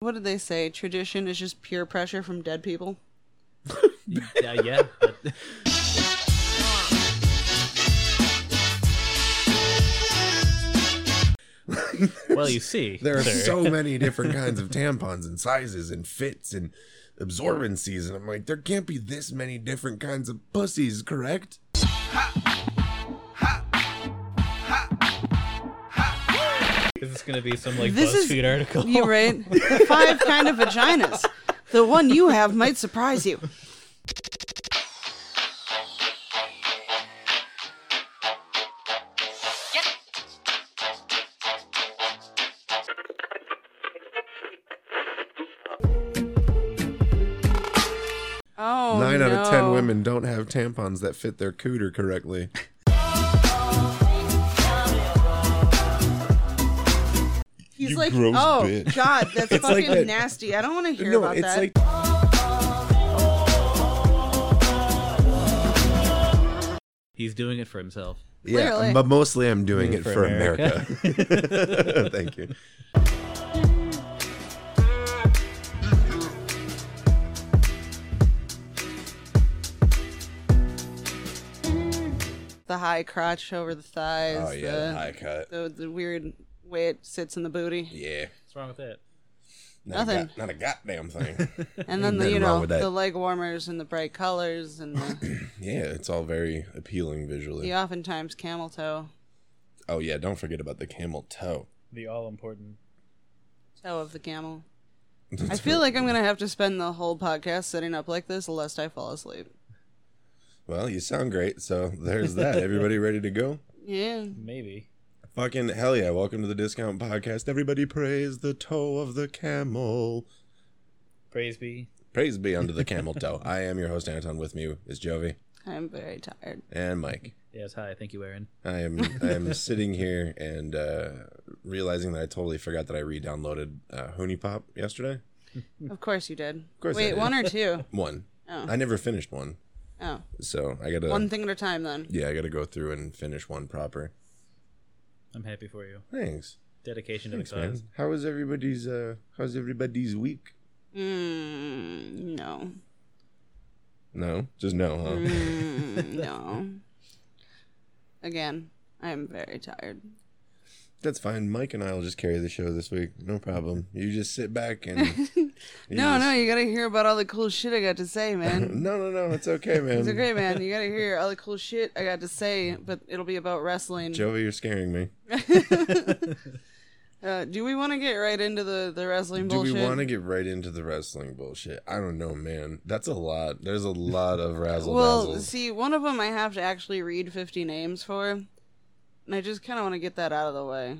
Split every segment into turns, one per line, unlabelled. what did they say? Tradition is just peer pressure from dead people.
Yeah, yeah. that- well, you see,
There are
sir.
so many different kinds of tampons and sizes and fits and absorbencies. And I'm like, there can't be this many different kinds of pussies, correct?
This is gonna be some like
This is-
BuzzFeed article.
You right? Five kind of vaginas. The one you have might surprise you. Oh,
Nine out of
no.
ten women don't have tampons that fit their cooter correctly.
He's
You
like,
gross
oh
bitch."
god, that's
It's like
fucking
that-
nasty. I don't want to hear about
it's
that.
like
He's doing it for himself.
yeah,
Clearly.
but mostly I'm doing it
for
for America. Thank you.
the high crotch over the thighs.
Oh yeah,
the-
high cut.
the the weird way it sits in the booty,
Yeah,
What's wrong with that?
not
Nothing.
A go- not a goddamn thing.
and then the
nothing
you
wrong
know
with that.
the leg warmers and the bright colors and the,
yeah, it's all very appealing visually.
the oftentimes camel toe
Oh yeah, don't forget about the camel toe.
The all important.
toe of the camel. I feel like I'm gonna have to spend the whole podcast sitting up like this lest I fall asleep.
Well, you sound great, so there's that. Everybody ready to go?
Yeah,
Maybe.
Fucking hell yeah! Welcome to the Discount Podcast. Everybody praise the toe of the camel.
Praise be.
Praise be unto the camel toe. I am your host Anton. With me is Jovi
I'm very tired.
and Mike.
Yes, hi. Thank you, Aaron.
I am I am sitting here and uh, realizing that I totally forgot that I re-downloaded uh, Hooney Pop yesterday.
Of course you did. Of
course I
Wait,
did.
one or two?
One.
Oh.
I never finished one,
Oh,
so I gotta.
one thing at a time then.
Yeah, I gotta go through and finish one proper.
I'm happy for you.
Thanks.
Dedication to the
Thanks,
cause.
man. How was everybody's uh how's everybody's week?
Mm, no,
No? Just no, huh?
Mm, no. Again, I'm very tired.
That's fine. Mike and I will just carry the show this week. No problem. You just sit back and you
No, no,
just-
you gotta hear about all the cool shit I got to say, man.
No, no, no. It's okay, man.
It's okay, man. You gotta hear all the cool shit I got to say, but it'll be about wrestling.
Joey, you're scaring me.
Uh, do we want to get right into the the wrestling
Do
bullshit?
we want to get right into the wrestling bullshit? I don't know, man. That's a lot. There's a lot of razzle
well,
dazzle.
see, one of them I have to actually read fifty names for, and I just kind of want to get that out of the way.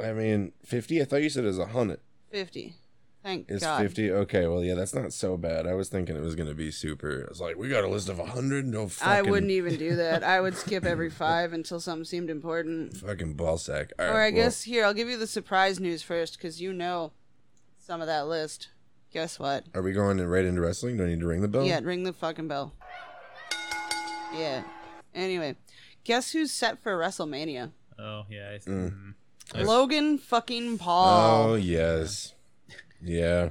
I mean, 50? I thought you said it was 100.
Fifty. Thank
It's
God.
50? Okay, well, yeah, that's not so bad. I was thinking it was going to be super. I was like, we got a list of 100? No fucking,
I wouldn't e- even do that. I would skip every five until something seemed important.
fucking ball sack. All right,
Or I
well,
guess here I'll give you the surprise news first, because you know some of that list. Guess what?
Are we going in- right into wrestling? Do I need to ring the bell?
Yeah, ring the fucking bell. Yeah. Anyway, guess who's set for WrestleMania?
Oh yeah. I, mm.
Logan fucking Paul.
Oh, yes. Yeah.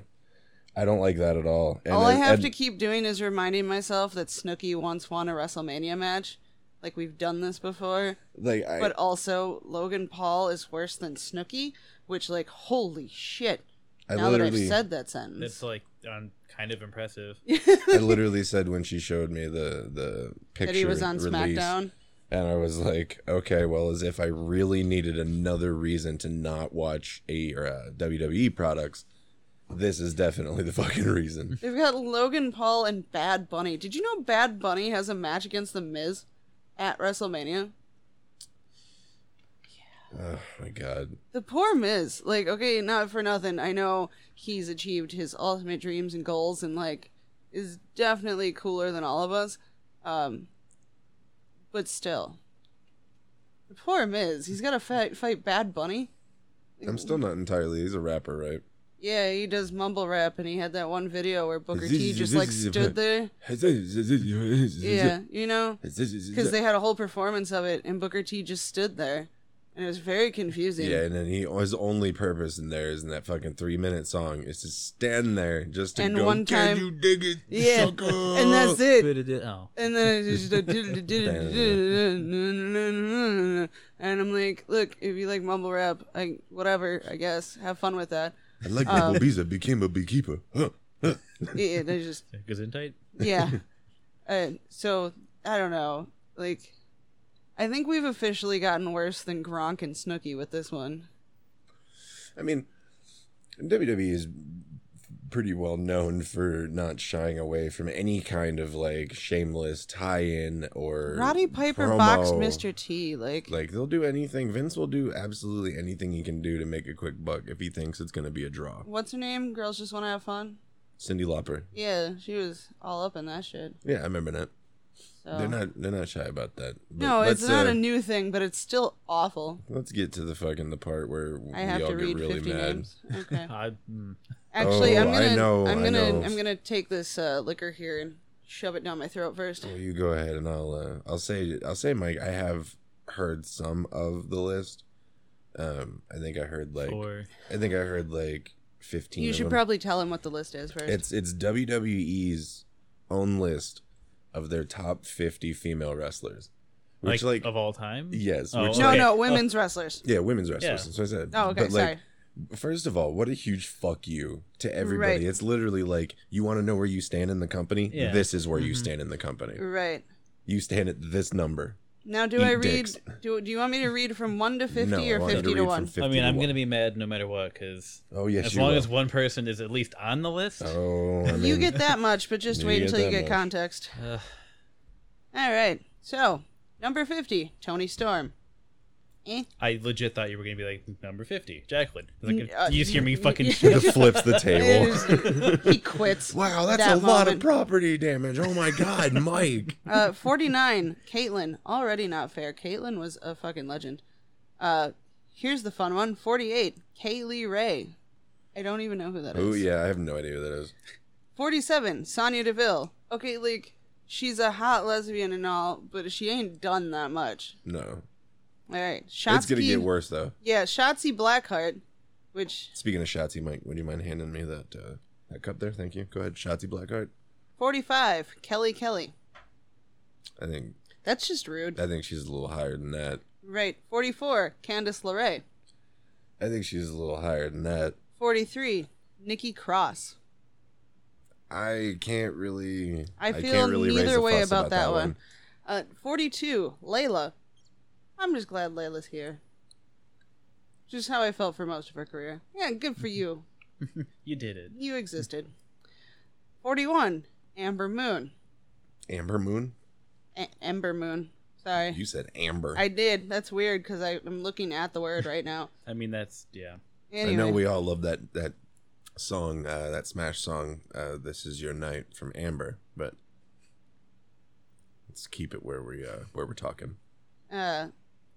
I don't like that at all. And
All I
it-
have
and-
to keep doing is reminding myself that Snooki once won a WrestleMania match. Like we've done this before,
Like, I,
but also Logan Paul is worse than Snooki, which like holy shit.
I
now that I've
literally.
said that sentence.
That's like um, kind of impressive.
I literally said when she showed me the the picture
That he was on
release,
SmackDown.
and I was like, okay, well, as if I really needed another reason to not watch a or, uh, WWE products, this is definitely the fucking reason.
They've got Logan Paul and Bad Bunny. Did you know Bad Bunny has a match against The Miz at WrestleMania?
oh my god,
The poor Miz. Like, okay, not for nothing. I know he's achieved his ultimate dreams and goals and, like, is definitely cooler than all of us. Um, but still. The poor Miz. He's got to fight, fight Bad Bunny.
I'm still not entirely. He's a rapper, right?
Yeah, he does mumble rap, and he had that one video where Booker T just, like, stood there.
Yeah,
Yeah, you know? because they had a whole performance of it, and Booker T just stood there, and it was very confusing.
Yeah, and then he his only purpose in there is in that fucking three minute song is to stand there just to
And
go.
one
Can
time-
you dig it?
Yeah,
sucker?"
and that's it.
But it did- Oh,
And then I just and I'm like, look, if you like mumble rap, I whatever, I guess, have fun with that.
I like
um,
Michael Bees that became a beekeeper. Huh. huh.
Yeah, and I just
Gesundheit?
yeah. Uh, so I don't know, like, I think we've officially gotten worse than Gronk and Snooki with this one.
I mean, WWE is pretty well known for not shying away from any kind of like shameless tie-in or
Roddy Piper boxed
promo.
Mr. T, like,
Like they'll do anything. Vince will do absolutely anything he can do to make a quick buck if he thinks it's gonna be a draw.
what's her name? Girls just want to have fun.
Cindy Lauper.
Yeah, she was all up in that shit.
Yeah, I remember that.
So
They're not they're not shy about that. But
Oh. no, it's
let's,
not
uh,
a new thing, but it's still awful.
Let's get to the fucking the part where
I
we
have
all
to read
get really
fifty
mad.
names. Okay.
I, mm,
Actually, I'm
Oh, I
gonna, I
know,
am
I
gonna,
know.
I'm gonna take this uh, liquor here and shove it down my throat first.
Well, you go ahead and I'll uh, I'll say I'll say Mike. I have heard some of the list. Um, I think I heard like
four.
I think I heard like fifteen.
You
of
should
them.
probably tell him what the list is first.
It's it's WWE's own list of their top fifty female wrestlers,
Like,
which like,
of all time?
yes,
Oh,
which
no,
okay.
no, women's wrestlers.
yeah, women's wrestlers.
Yeah.
That's what I said.
Oh, okay,
But, like,
sorry.
First of all, what a huge fuck you to everybody.
Right.
It's literally like you want to know where you stand in the company.
Yeah.
This is where you
Mm-hmm.
Mhm.
stand in the company.
Right
You stand at this number.
now, do
Eat
I read?
dicks.
Do Do you want me to read from one to fifty
No, I
or
want you
fifty to,
read from
one?
50
I mean, I'm
one.
going to be mad no matter what because
Oh yes,
as
you
long
will.
as one person is at least on the list.
Oh, I mean,
you get that much, but just
You
wait
get
until you
that
get
much.
context.
Ugh.
All right. So number fifty, Tony Storm. Eh.
I legit thought you were going to be like number 50, Jacqueline. I was Like,
N- uh,
you just hear me
y-
fucking.
the flips the table.
It is- he quits.
Wow, that's
That
a lot
moment.
of property damage. Oh my god, Mike.
Uh, 49, Caitlyn. Already not fair. Caitlyn was a fucking legend. Uh, here's the fun one 48, Kaylee Ray. I don't even know who that is.
Oh yeah, I have no idea who that is.
47, Sonya Deville. Okay, like, she's a hot lesbian and all, but she ain't done that much.
No,
All right. Shotsky,
it's gonna get worse though.
Yeah, Shotzi Blackheart, which
Speaking of Shotzi, Mike, would you mind handing me that uh, that cup there? Thank you. Go ahead, Shotzi Blackheart.
45, Kelly Kelly.
I think
That's just rude.
I think she's a little higher than that.
Right. 44, Candice LeRae.
I think she's a little higher than that.
43, Nikki Cross.
I can't really.
I feel
can't raise
neither
a
way
fuss
about that one. Uh, 42, Layla. I'm just glad Layla's here. Just how I felt for most of her career. Yeah, good for you.
you did it.
You existed. 41, Amber Moon.
Amber Moon.
A- Ember Moon. Sorry.
You said Amber.
I did. That's weird because I'm looking at the word right now.
I mean, that's, yeah.
Anyway,
I know we all love that that song, uh, that Smash song. Uh, this is your night from Amber, but let's keep it where we uh, where we're talking.
uh,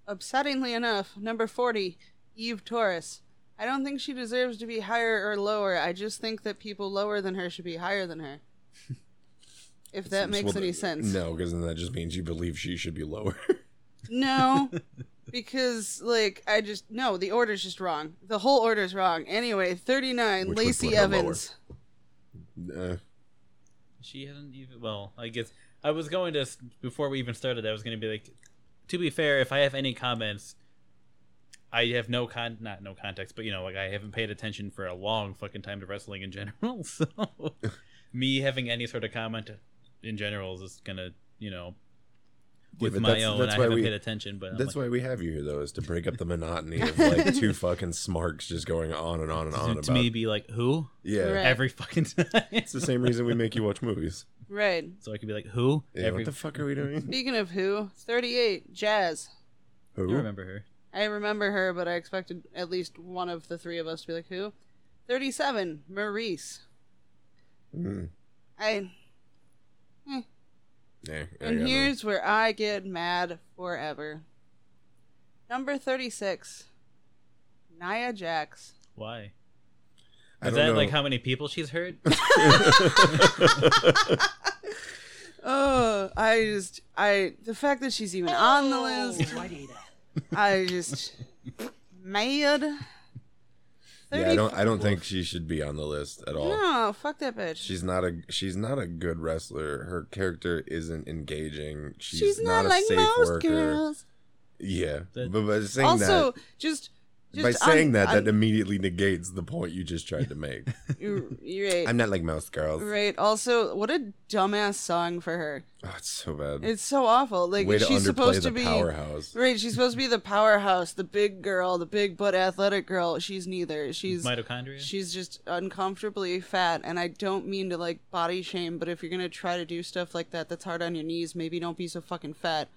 upsettingly enough, number 40, Eve Torres. I don't think she deserves to be higher or lower. I just think that people lower than her should be higher than her. If that makes
Well,
any sense.
No, because then that just means you believe she should be lower.
No, because like I just no, the order's just wrong. The whole order's wrong. Anyway, thirty nine,
Which would
Lacey
put her lower.
Evans.
uh,
She hasn't even. Well, I guess I was going to s- before we even started. I was going to be like, to be fair, if I have any comments, I have no con, not no context, but you know, like I haven't paid attention for a long fucking time to wrestling in general. So, me having any sort of comment in general is just gonna, you know, with
but
my
that's-
own.
that's
I
why
haven't
we-
paid attention, but
that's why we have you here, though, is to break up the monotony of like two fucking smarks just going on and on and
I'm
on
like, to
about.
me be like who
yeah,
Right.
every fucking time,
it's the same reason we make you watch movies.
Right.
so I could be like who
Yeah,
every.
what the fuck are we doing?
Speaking of who, thirty eight, Jazz.
Who?
you remember her?
I remember her, but I expected at least one of the three of us to be like who. Thirty seven, Maurice.
Mm.
I
Yeah, I
and
got no-
here's where I get mad forever. Number thirty six, Nia Jax.
Why?
I
Is
don't
that
know.
like how many people she's hurt?
Oh.
Oh.
Oh, I just I the fact that she's even on the list. I was just mad.
Yeah, I don't. I don't think she should be on the list at all.
No, fuck that bitch.
She's not a. She's not a good wrestler. Her character isn't engaging. She's,
She's
not,
not, like
a safe
most
worker.
girls.
Yeah,
That-
but by saying
Also, just,
that,
just
by saying
I'm-
that,
I'm-
that immediately negates the point you just tried to make.
you're, you're right.
I'm not like most girls.
Right. Also, what a dumbass song for her.
Oh, it's so bad.
It's so awful. Like
Way to
she's
underplay
supposed
the
to be
powerhouse.
right. She's supposed to be the powerhouse, the big girl, the big but athletic girl. She's neither. She's
Mitochondria.
she's just uncomfortably fat. And I don't mean to like body shame, but if you're gonna try to do stuff like that, that's hard on your knees. Maybe don't be so fucking fat.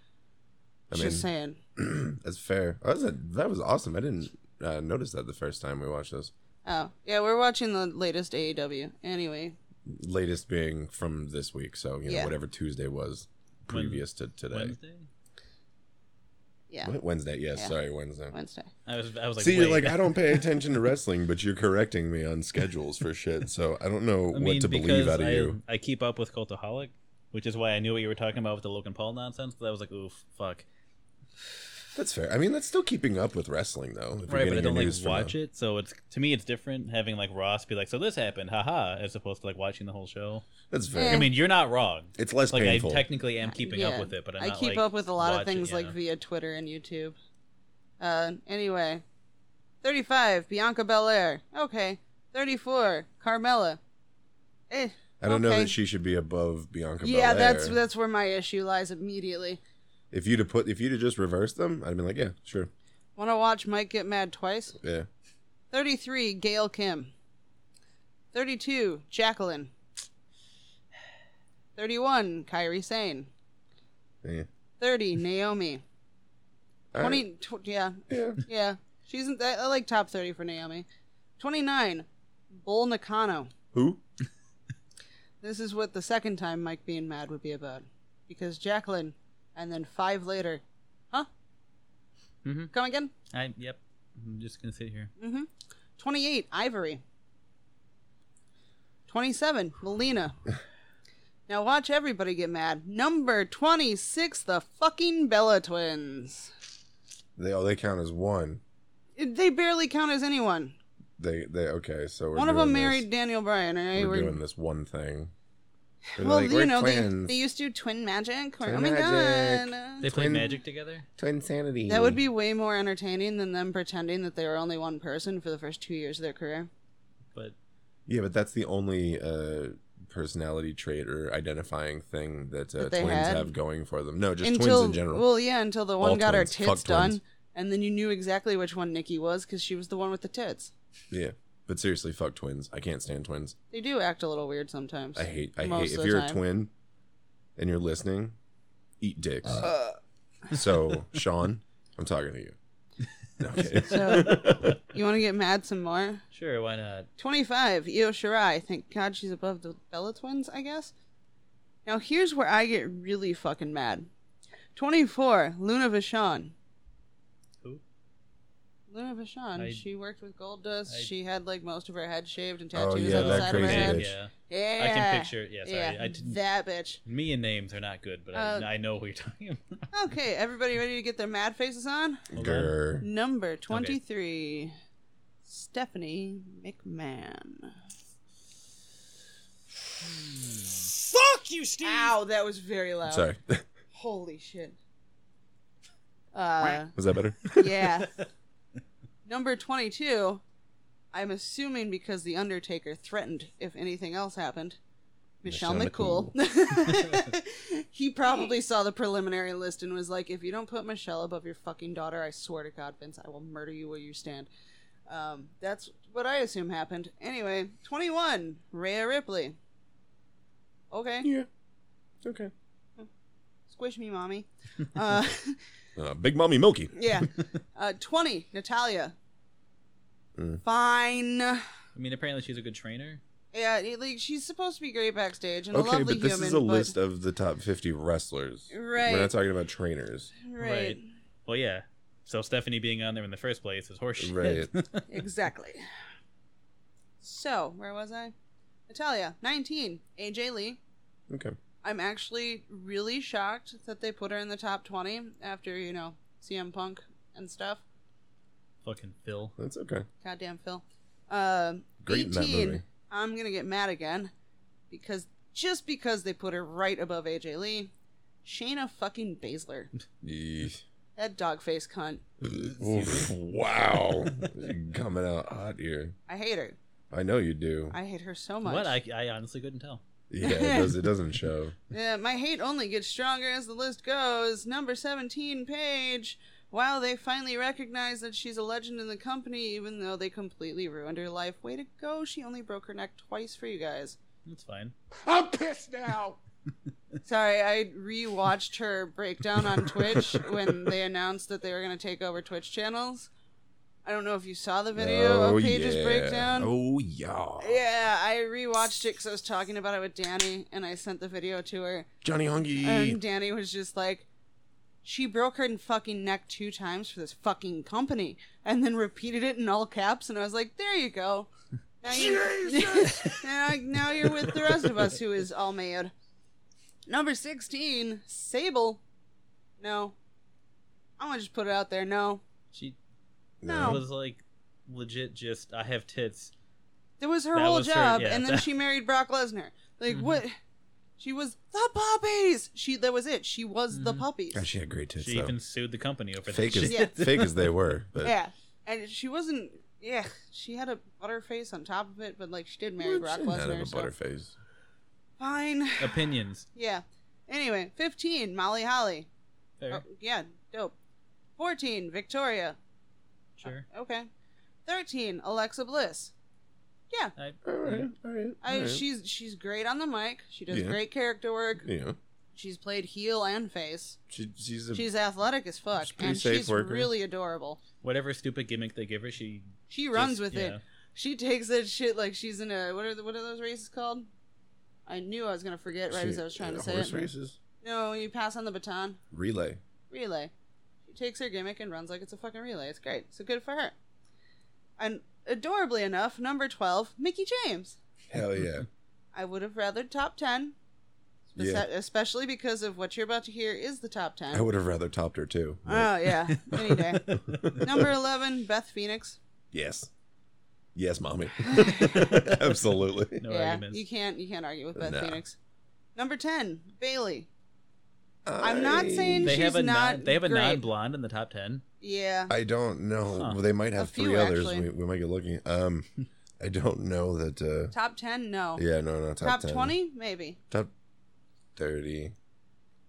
I mean,
Just saying.
that's fair. That was, a, that was awesome. I didn't uh, notice that the first time we watched this.
Oh yeah, we're watching the latest AEW. Anyway,
Latest being from this week, so you know
Yeah.
whatever Tuesday was
Wen-
previous to today. Wednesday.
Wednesday.
yeah,
Wednesday yes,
Yeah.
sorry, Wednesday.
Wednesday.
I was. I was like.
See, you're
wait.
like I don't pay attention to wrestling, but you're correcting me on schedules for shit. So I don't know
I
what
mean,
to
because
believe out of
I,
you.
I keep up with Cultaholic, which is why I knew what you were talking about with the Logan Paul nonsense. But I was like, oof, fuck.
That's fair. I mean, that's still keeping up with wrestling, though. If
Right, but I
you're getting your
don't like
news from
watch
a-
it, so it's to me it's different having like Ross be like, so this happened, haha, as opposed to like watching the whole show.
That's
Yeah.
fair.
I mean, you're not wrong.
It's less
Like
painful.
I technically am keeping
Yeah,
up with it, but I'm
I
not,
keep
like,
up with a lot of
watching,
things
yeah.
like via Twitter and YouTube. Uh, anyway, 35 Bianca Belair. Okay, 34 Carmella. Eh,
I don't know
okay.
that she should be above Bianca.
yeah, that's
Belair.
that's where my issue lies immediately.
If you'd have put, if you'd have just reversed them, I'd have been like, yeah, sure,
Want to watch Mike get mad twice?
yeah.
33 Gail Kim. 32 Jacqueline. 31 Kyrie Sane.
yeah.
30 Naomi.
All
20
right,
tw- yeah,
yeah.
Yeah, she's in, I, I like top thirty for Naomi. Twenty nine, Bull Nakano.
Who?
This is what the second time Mike being mad would be about, because Jacqueline, and then five later, huh?
Mm-hmm.
Mhm.
Come again.
I yep. I'm just gonna sit here.
Mm-hmm. Twenty eight, Ivory. Twenty seven, Melina. Now watch everybody get mad. Number twenty six, the fucking Bella twins.
They all they count as one.
They barely count as anyone.
They they okay. So we're
One of them
doing this-
married Daniel Bryan. All right?
We're,
We're-
doing this one thing. We're
Well,
like,
you
we're
know, they,
twins.
they used to do twin magic. Or,
Twin
oh my
magic.
god.
They play
Twin-
Magic together.
twin sanity.
That would be way more entertaining than them pretending that they were only one person for the first two years of their career.
But
Yeah, but that's the only uh, personality trait or identifying thing that, uh,
That they
twins
had?
have going for them. No, just
until,
twins in general.
Well, yeah, until the one
All
got
twins.
her
Fuck
tits done,
twins.
and then you knew exactly which one Nikki was because she was the one with the tits.
yeah, but seriously, fuck twins. I can't stand twins.
They do act a little weird sometimes.
I hate. I
Most of
hate. If
the
you're a
time.
twin and you're listening, eat dicks. so Sean, I'm talking to you. No, I'm kidding.
So, you want to get mad some more?
sure, why not?
25, Io Shirai. Thank God she's above the Bella twins, I guess. Now, here's where I get really fucking mad. 24, Luna Vachon.
Who?
Luna Vachon.
I-
she worked with Gold Dust.
I-
she had, like, most of her head shaved and tattoos
Oh, yeah,
on the
that
side
crazy
of her head.
bitch.
Yeah,
Yeah.
I can picture. it. Yeah, sorry.
Yeah,
I didn't,
that bitch.
me and names are not good, but
Uh,
I, I know who you're talking about.
Okay, everybody ready to get their mad faces on?
Hold on.
Grr.
Number 23, Stephanie McMahon.
Fuck you, Steve!
Ow, that was very loud.
Sorry,
Holy shit. Uh,
was that better?
yeah. Number 22, I'm assuming because The Undertaker threatened if anything else happened, Michelle,
Michelle
McCool. he probably saw the preliminary list and was like, if you don't put Michelle above your fucking daughter, I swear to God, Vince, I will murder you where you stand. Um, that's what I assume happened. Anyway, 21, Rhea Ripley. Okay,
yeah. Okay.
squish me, mommy. Uh,
Uh, Big Mommy Milky.
Yeah. Uh, 20, Natalia.
Mm.
Fine.
I mean, apparently she's a good trainer.
Yeah, it- like she's supposed to be great backstage and a
Okay,
lovely
but this
human.
is a
but-
list of the top 50 wrestlers.
Right.
We're not talking about trainers.
Right.
Well, yeah. So Stephanie being on there in the first place is horseshit.
Right.
exactly. So, where was I? Natalia, 19, AJ Lee.
Okay.
I'm actually really shocked that they put her in the top 20 after, you know, CM Punk and stuff.
Fucking Phil.
That's okay.
Goddamn Phil. Um
Great in that
18.
movie.
I'm gonna get mad again because just because they put her right above AJ Lee, Shayna fucking Baszler.
Yeesh.
That dog face cunt.
Oof, wow. Coming out hot here.
I hate her.
I know you do.
I hate her so much.
What? I, I honestly couldn't tell.
Yeah, it, does, it doesn't show.
Uh, my hate only gets stronger as the list goes. Number 17, Paige. Wow, they finally recognize that she's a legend in the company, even though they completely ruined her life. Way to go. She only broke her neck twice for you guys.
That's fine.
I'm pissed now.
Sorry, I rewatched her breakdown on Twitch when they announced that they were going to take over Twitch channels. I don't know if you saw the video
oh,
of Paige's
yeah.
breakdown.
Oh, yeah.
Yeah, I rewatched it because I was talking about it with Danny, and I sent the video to her.
Johnny Hongi.
And Danny was just like, she broke her fucking neck two times for this fucking company, and then repeated it in all caps. And I was like, there you go. Now, you, now, now you're with the rest of us who is all mad. Number 16, Sable. No. I'm going to just put it out there. No.
She
No.
was like legit just, I have tits.
That was her
That
whole
was her-
job,
yeah,
and then
that-
she married Brock Lesnar. Like
Mhm.
what? She was the puppies. She that was it. She was the
Mhm.
puppies.
God, she had great tits,
She
though.
even sued the company over
Fake
that
as,
shit.
Yeah.
fake as they were. But
Yeah, and she wasn't. Yeah, she had a butterface on top of it, but like she did marry
Well,
Brock
she had a
Lesnar. So
butterface.
fine.
Opinions.
Yeah. Anyway, fifteen Molly Holly.
Fair.
Oh, yeah, dope. Fourteen Victoria.
Sure.
Okay. Thirteen Alexa Bliss.
I,
All right, all right.
I,
all right.
She's she's great on the mic. She does
Yeah.
great character work.
you know,
She's played heel and face.
she, she's a
She's athletic as fuck,
She's a pretty
and
safe
she's
worker.
really adorable.
whatever stupid gimmick they give her, she
She runs
just-
with
yeah.
it. She takes that shit like she's in a what are the, what are those races called? I knew I was gonna forget right
she-
as I was trying to
uh,
say
horse
it.
races,
No, you pass on the baton
relay.
relay. She takes her gimmick and runs like it's a fucking relay. It's great. So good for her. And adorably enough, number twelve, Mickey James.
Hell yeah.
I would have rather top ten, spec-
Yeah.
especially because of what you're about to hear is the top ten.
I would have rather topped her too.
oh yeah, any day. number eleven, Beth Phoenix.
Yes. Yes, mommy. Absolutely.
No
yeah,
arguments.
you can't you can't argue with Beth
No.
Phoenix. Number ten, Bailey. I'm not saying-
they
She's
have a non,
not
they have a
great.
non blonde in the top ten.
Yeah,
I don't know.
Huh.
Well, they might have
A few,
three others.
actually.
We, we might get looking. Um, I don't know that. Uh,
top ten, no.
yeah, no, no. Top
top
10.
twenty, maybe.
Top thirty.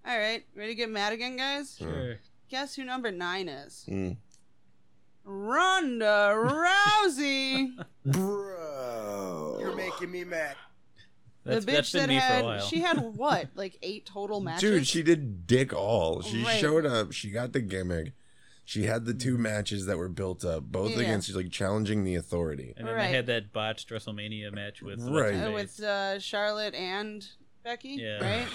All right, ready to get mad again, guys?
Yeah.
Sure.
Guess who number nine is?
Mm.
Ronda Rousey,
Bro,
You're making me mad.
the
That's,
bitch
that's
that
been me for a
had
while.
she had what like eight total matches.
Dude, she did dick all. She
Right.
showed up. She got the gimmick. She had the two matches that were built up, both
Mm. Yeah.
against like challenging the authority.
and then
Right.
they had that botched WrestleMania match with
Right.
Uh,
What's-her-face.
with uh, Charlotte and Becky,
Yeah.
right?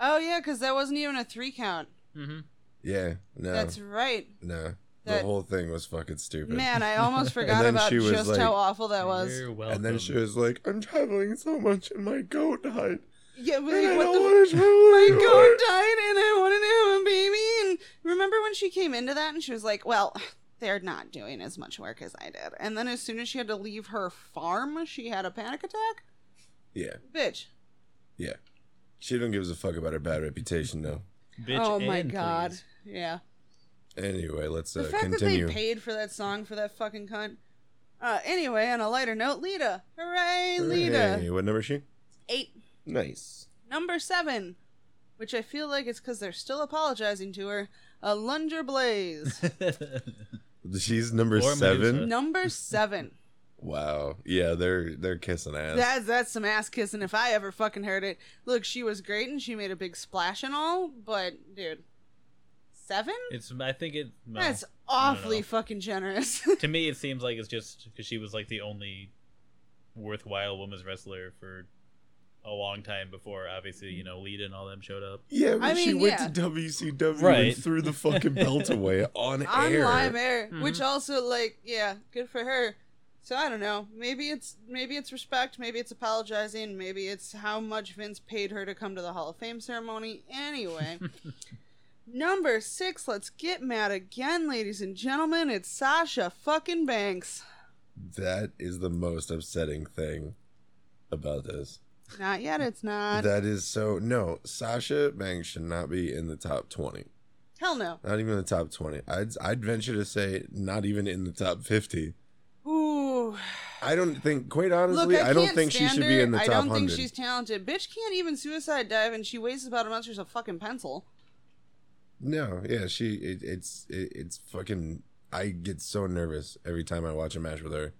Oh yeah, because that wasn't even a three count.
Mhm.
Yeah, no,
That's right.
no.
that-
the whole thing was fucking stupid.
Man, I almost forgot
then
about
she was
just
like-
how awful that was.
You're welcome.
and then she was like, "I'm traveling so much, and my goat died,
Yeah, but
and I
like, what
don't
the
want to travel
my
anymore."
goat died and I wanted to have a baby. And remember when she came into that and she was like, well, they're not doing as much work as I did. And then as soon as she had to leave her farm, she had a panic attack?
Yeah,
Bitch.
she don't give a fuck about her bad reputation, though.
Bitch
oh my
and
god.
please.
Yeah.
Anyway, let's
The
uh,
fact
continue.
that they paid for that song for that fucking cunt. Uh, anyway, on a lighter note, Lita. Hooray, Lita.
Hey, what number is she?
Eight.
Nice.
Number seven, which I feel like it's because they're still apologizing to her, a Lunger Blaze.
She's number
Or
seven.
Medusa.
Number seven.
Wow. Yeah, they're they're kissing ass.
That's that's some ass kissing if I ever fucking heard it. Look, she was great and she made a big splash and all, but dude, seven?
It's I think it. no.
That's awfully
know.
fucking generous.
to me, it seems like it's just because she was like the only worthwhile women's wrestler for a long time before, obviously, you know, Lita and all them showed up.
Yeah, but
I
she
mean,
went
yeah.
to WCW
Right.
and threw the fucking belt away on
On
air.
live air,
Mhm.
which also like, yeah, good for her. So I don't know. Maybe it's maybe it's respect. Maybe it's apologizing. Maybe it's how much Vince paid her to come to the Hall of Fame ceremony. Anyway, Number six, let's get mad again, ladies and gentlemen. It's Sasha fucking Banks.
That is the most upsetting thing about this.
Not yet, it's not.
That is so no. Sasha Banks should not be in the top twenty.
Hell no.
Not even the top twenty. I'd I'd venture to say not even in the top fifty.
Ooh.
I don't think. Quite honestly,
Look, I,
I, don't
can't
think she
stand
should be
her.
in the
I
top
don't think she's
hundred.
talented. Bitch can't even suicide dive, and she wastes about as much as a fucking pencil.
No, yeah, she. It, it's it, it's fucking. I get so nervous every time I watch a match with her,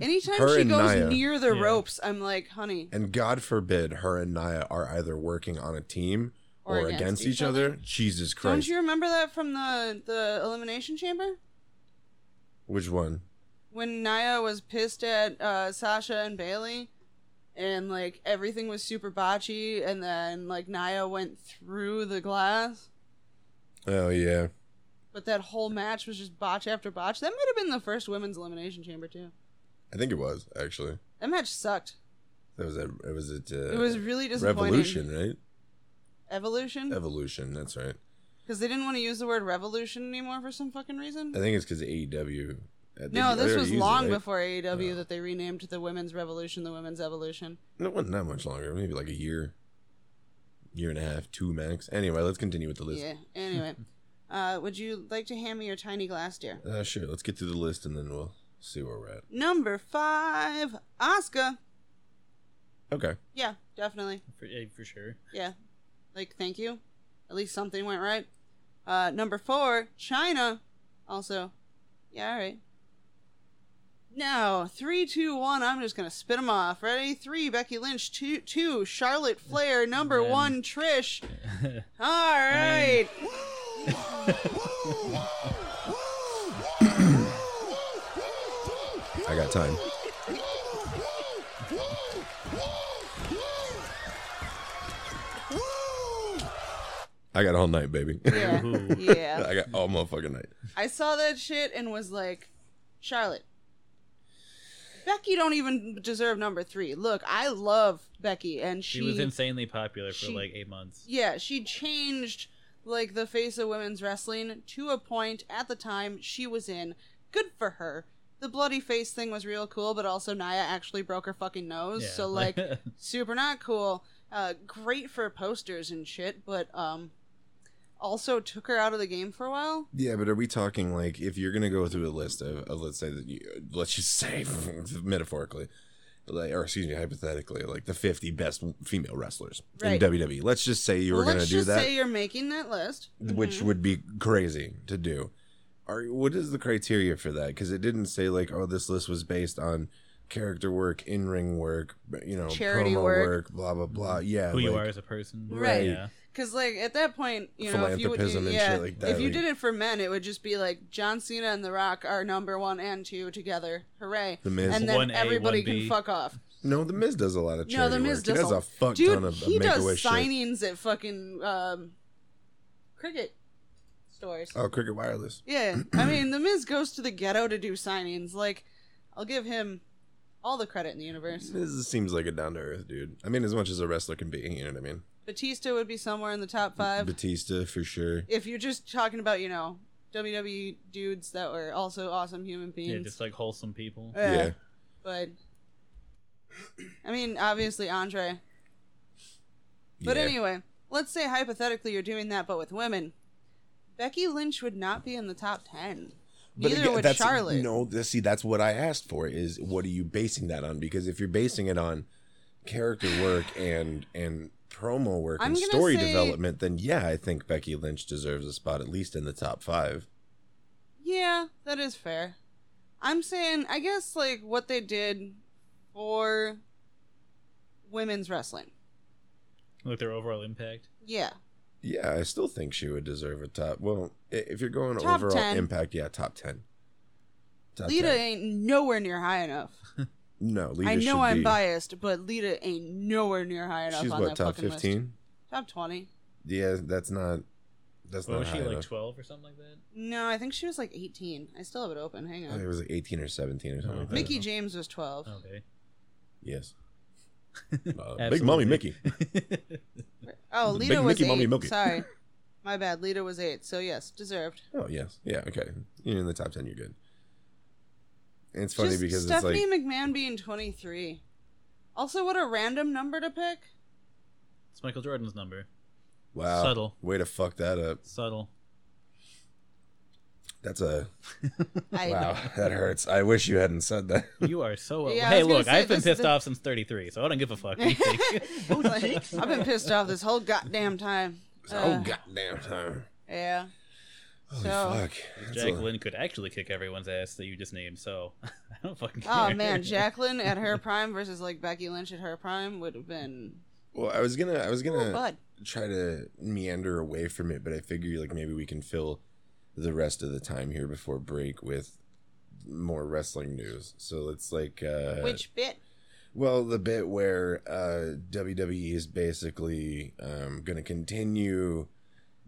Anytime
Her
she
and
goes
Nia.
near the
Yeah.
ropes, I'm like, honey,
and God forbid her and Naya are either working on a team or, against, each, other. Jesus
Don't
Christ!
you remember that from the the elimination chamber
Which one?
when Naya was pissed at uh, Sasha and Bailey, and like everything was super botchy, and then like Naya went through the glass,
Oh yeah.
but that whole match was just botch after botch. That might have been the first women's elimination chamber too.
I think it was actually.
That match sucked.
That was a. It was it. Uh,
It was really disappointing.
Revolution, right?
Evolution?
Evolution. That's right.
Because they didn't want to use the word revolution anymore for some fucking reason.
I think it's because AEW. I think
No,
they
this
already
was
used it,
long
right?
before AEW
No.
that they renamed the Women's Revolution the Women's Evolution.
No, It wasn't that much longer. Maybe like a year, year and a half, two max. Anyway, let's continue with the list.
Yeah. Anyway, uh, would you like to hand me your tiny glass, dear?
Uh, sure. Let's get through the list and then we'll see where we're at.
Number five, Oscar.
Okay.
Yeah, definitely.
For, yeah, for sure.
Yeah. Like, thank you. At least something went right. Uh, number four, China. Also, yeah, all right. Now, three, two, one. I'm just gonna spit them off. Ready? Three, Becky Lynch. Two, two, Charlotte Flair. Number
Then-
one, Trish.
I
All right.
I got time. I got all night, baby.
Yeah.
Ooh.
yeah.
I got all motherfucking night.
I saw that shit and was like, Charlotte. Becky don't even deserve number three. Look, I love Becky and she,
she was insanely popular for
she-
like eight months.
yeah, she changed like the face of women's wrestling to a point at the time she was in. Good for her. The bloody face thing was real cool, but also Naya actually broke her fucking nose.
Yeah.
So like super not cool. Uh, great for posters and shit, but um, also took her out of the game for a while.
Yeah, but are we talking like if you're gonna go through a list of, of let's say that you let's just say metaphorically, like or excuse me, hypothetically, like the 50 best female wrestlers
Right.
in WWE. Let's just say you were
Let's
gonna
just
do that,
say you're making that list,
which
Mhm.
would be crazy to do. Are what is the criteria for that? Because it didn't say like oh this list was based on character work, in ring work, you know,
Charity
promo
work. Mm-hmm.
blah blah blah. Yeah,
Who you
like-
are as a person,
Right.
Yeah.
Because like at that point, you know, if you would,
Philanthropism and
yeah,
shit like that,
if you
like-
did it for men, it would just be like John Cena and The Rock are number one and two together, hooray!
The Miz.
and then
1A,
everybody can
1B.
fuck off.
No, the Miz does a lot of
No,
charity
The Miz
work.
does
he does
a-
a fuck ton
Dude,
of
he
make
does
a wish
signings at fucking um, cricket stores.
Oh, Cricket Wireless.
Yeah, I mean, The Miz goes to the ghetto to do signings. Like, I'll give him all the credit in the universe.
Miz seems like a down to earth dude. I mean, as much as a wrestler can be, you know what I mean?
Batista would be somewhere in the top five.
Batista for sure.
if you're just talking about you know WWE dudes that were also awesome human beings.
Yeah, just like wholesome people.
Yeah.
yeah.
But I mean, obviously Andre. But
Yeah.
anyway, let's say hypothetically you're doing that, but with women, Becky Lynch would not be in the top ten.
But
Neither
again,
would
that's,
Charlotte.
No, th- see, that's what I asked for. Is what are you basing that on? Because if you're basing it on character work and and promo work
I'm
and
gonna
story
say-
development, then yeah, I think Becky Lynch deserves a spot at least in the top five.
Yeah, that is fair. I'm saying, I guess, like what they did for women's wrestling.
Like their overall impact.
Yeah,
Yeah, I still think she would deserve a top. Well, i- if you're going
Top
overall
10.
impact, yeah, top ten. Top
Lita
10.
ain't nowhere near high enough.
No, Lita
I
should
know I'm
be-
biased, but Lita ain't nowhere near high enough
She's
on
what
that
top
fucking list.
fifteen.
Top twenty.
Yeah, that's not. That's
What
not
was
high
she like
enough.
twelve or something like that?
No, I think she was like 18. I still have it open. Hang
I think it
on.
was like eighteen or seventeen or something.
Oh.
like that.
Mickey James was 12.
Oh.
Okay.
Yes. Uh, big mommy
Absolutely.
Mickey.
Oh,
The
Lita
big
Oh, was
Mickey,
eight.
Mommy Milky.
Sorry. My bad. Lita was eight, so yes, deserved.
Oh yes, yeah, okay. You're in the top ten. You're good. And it's funny
Just
because
Stephanie
it's like
McMahon being 23. Also, what a random number to pick.
It's Michael Jordan's number.
wow,
subtle.
way to fuck that up.
Subtle.
That's a
I
wow. That hurts. I wish you hadn't said that.
You are so.
Yeah, I
hey,
was gonna
look,
say,
I've been
this is
pissed
the-
off since 33, so I don't give a fuck. what you think.
Like, I've been pissed off this whole goddamn time.
oh
Uh,
goddamn time!
Yeah.
Holy
so-
fuck! That's a-
Jacqueline could actually kick everyone's ass that you just named, so I don't fucking care.
Oh man, Jacqueline at her prime versus like Becky Lynch at her prime would have been.
well, I was gonna, I was
Oh,
gonna
bud.
try to meander away from it, but I figure like maybe we can fill the rest of the time here before break with more wrestling news. So let's like uh
Which bit?
Well, the bit where uh, WWE is basically um, going to continue.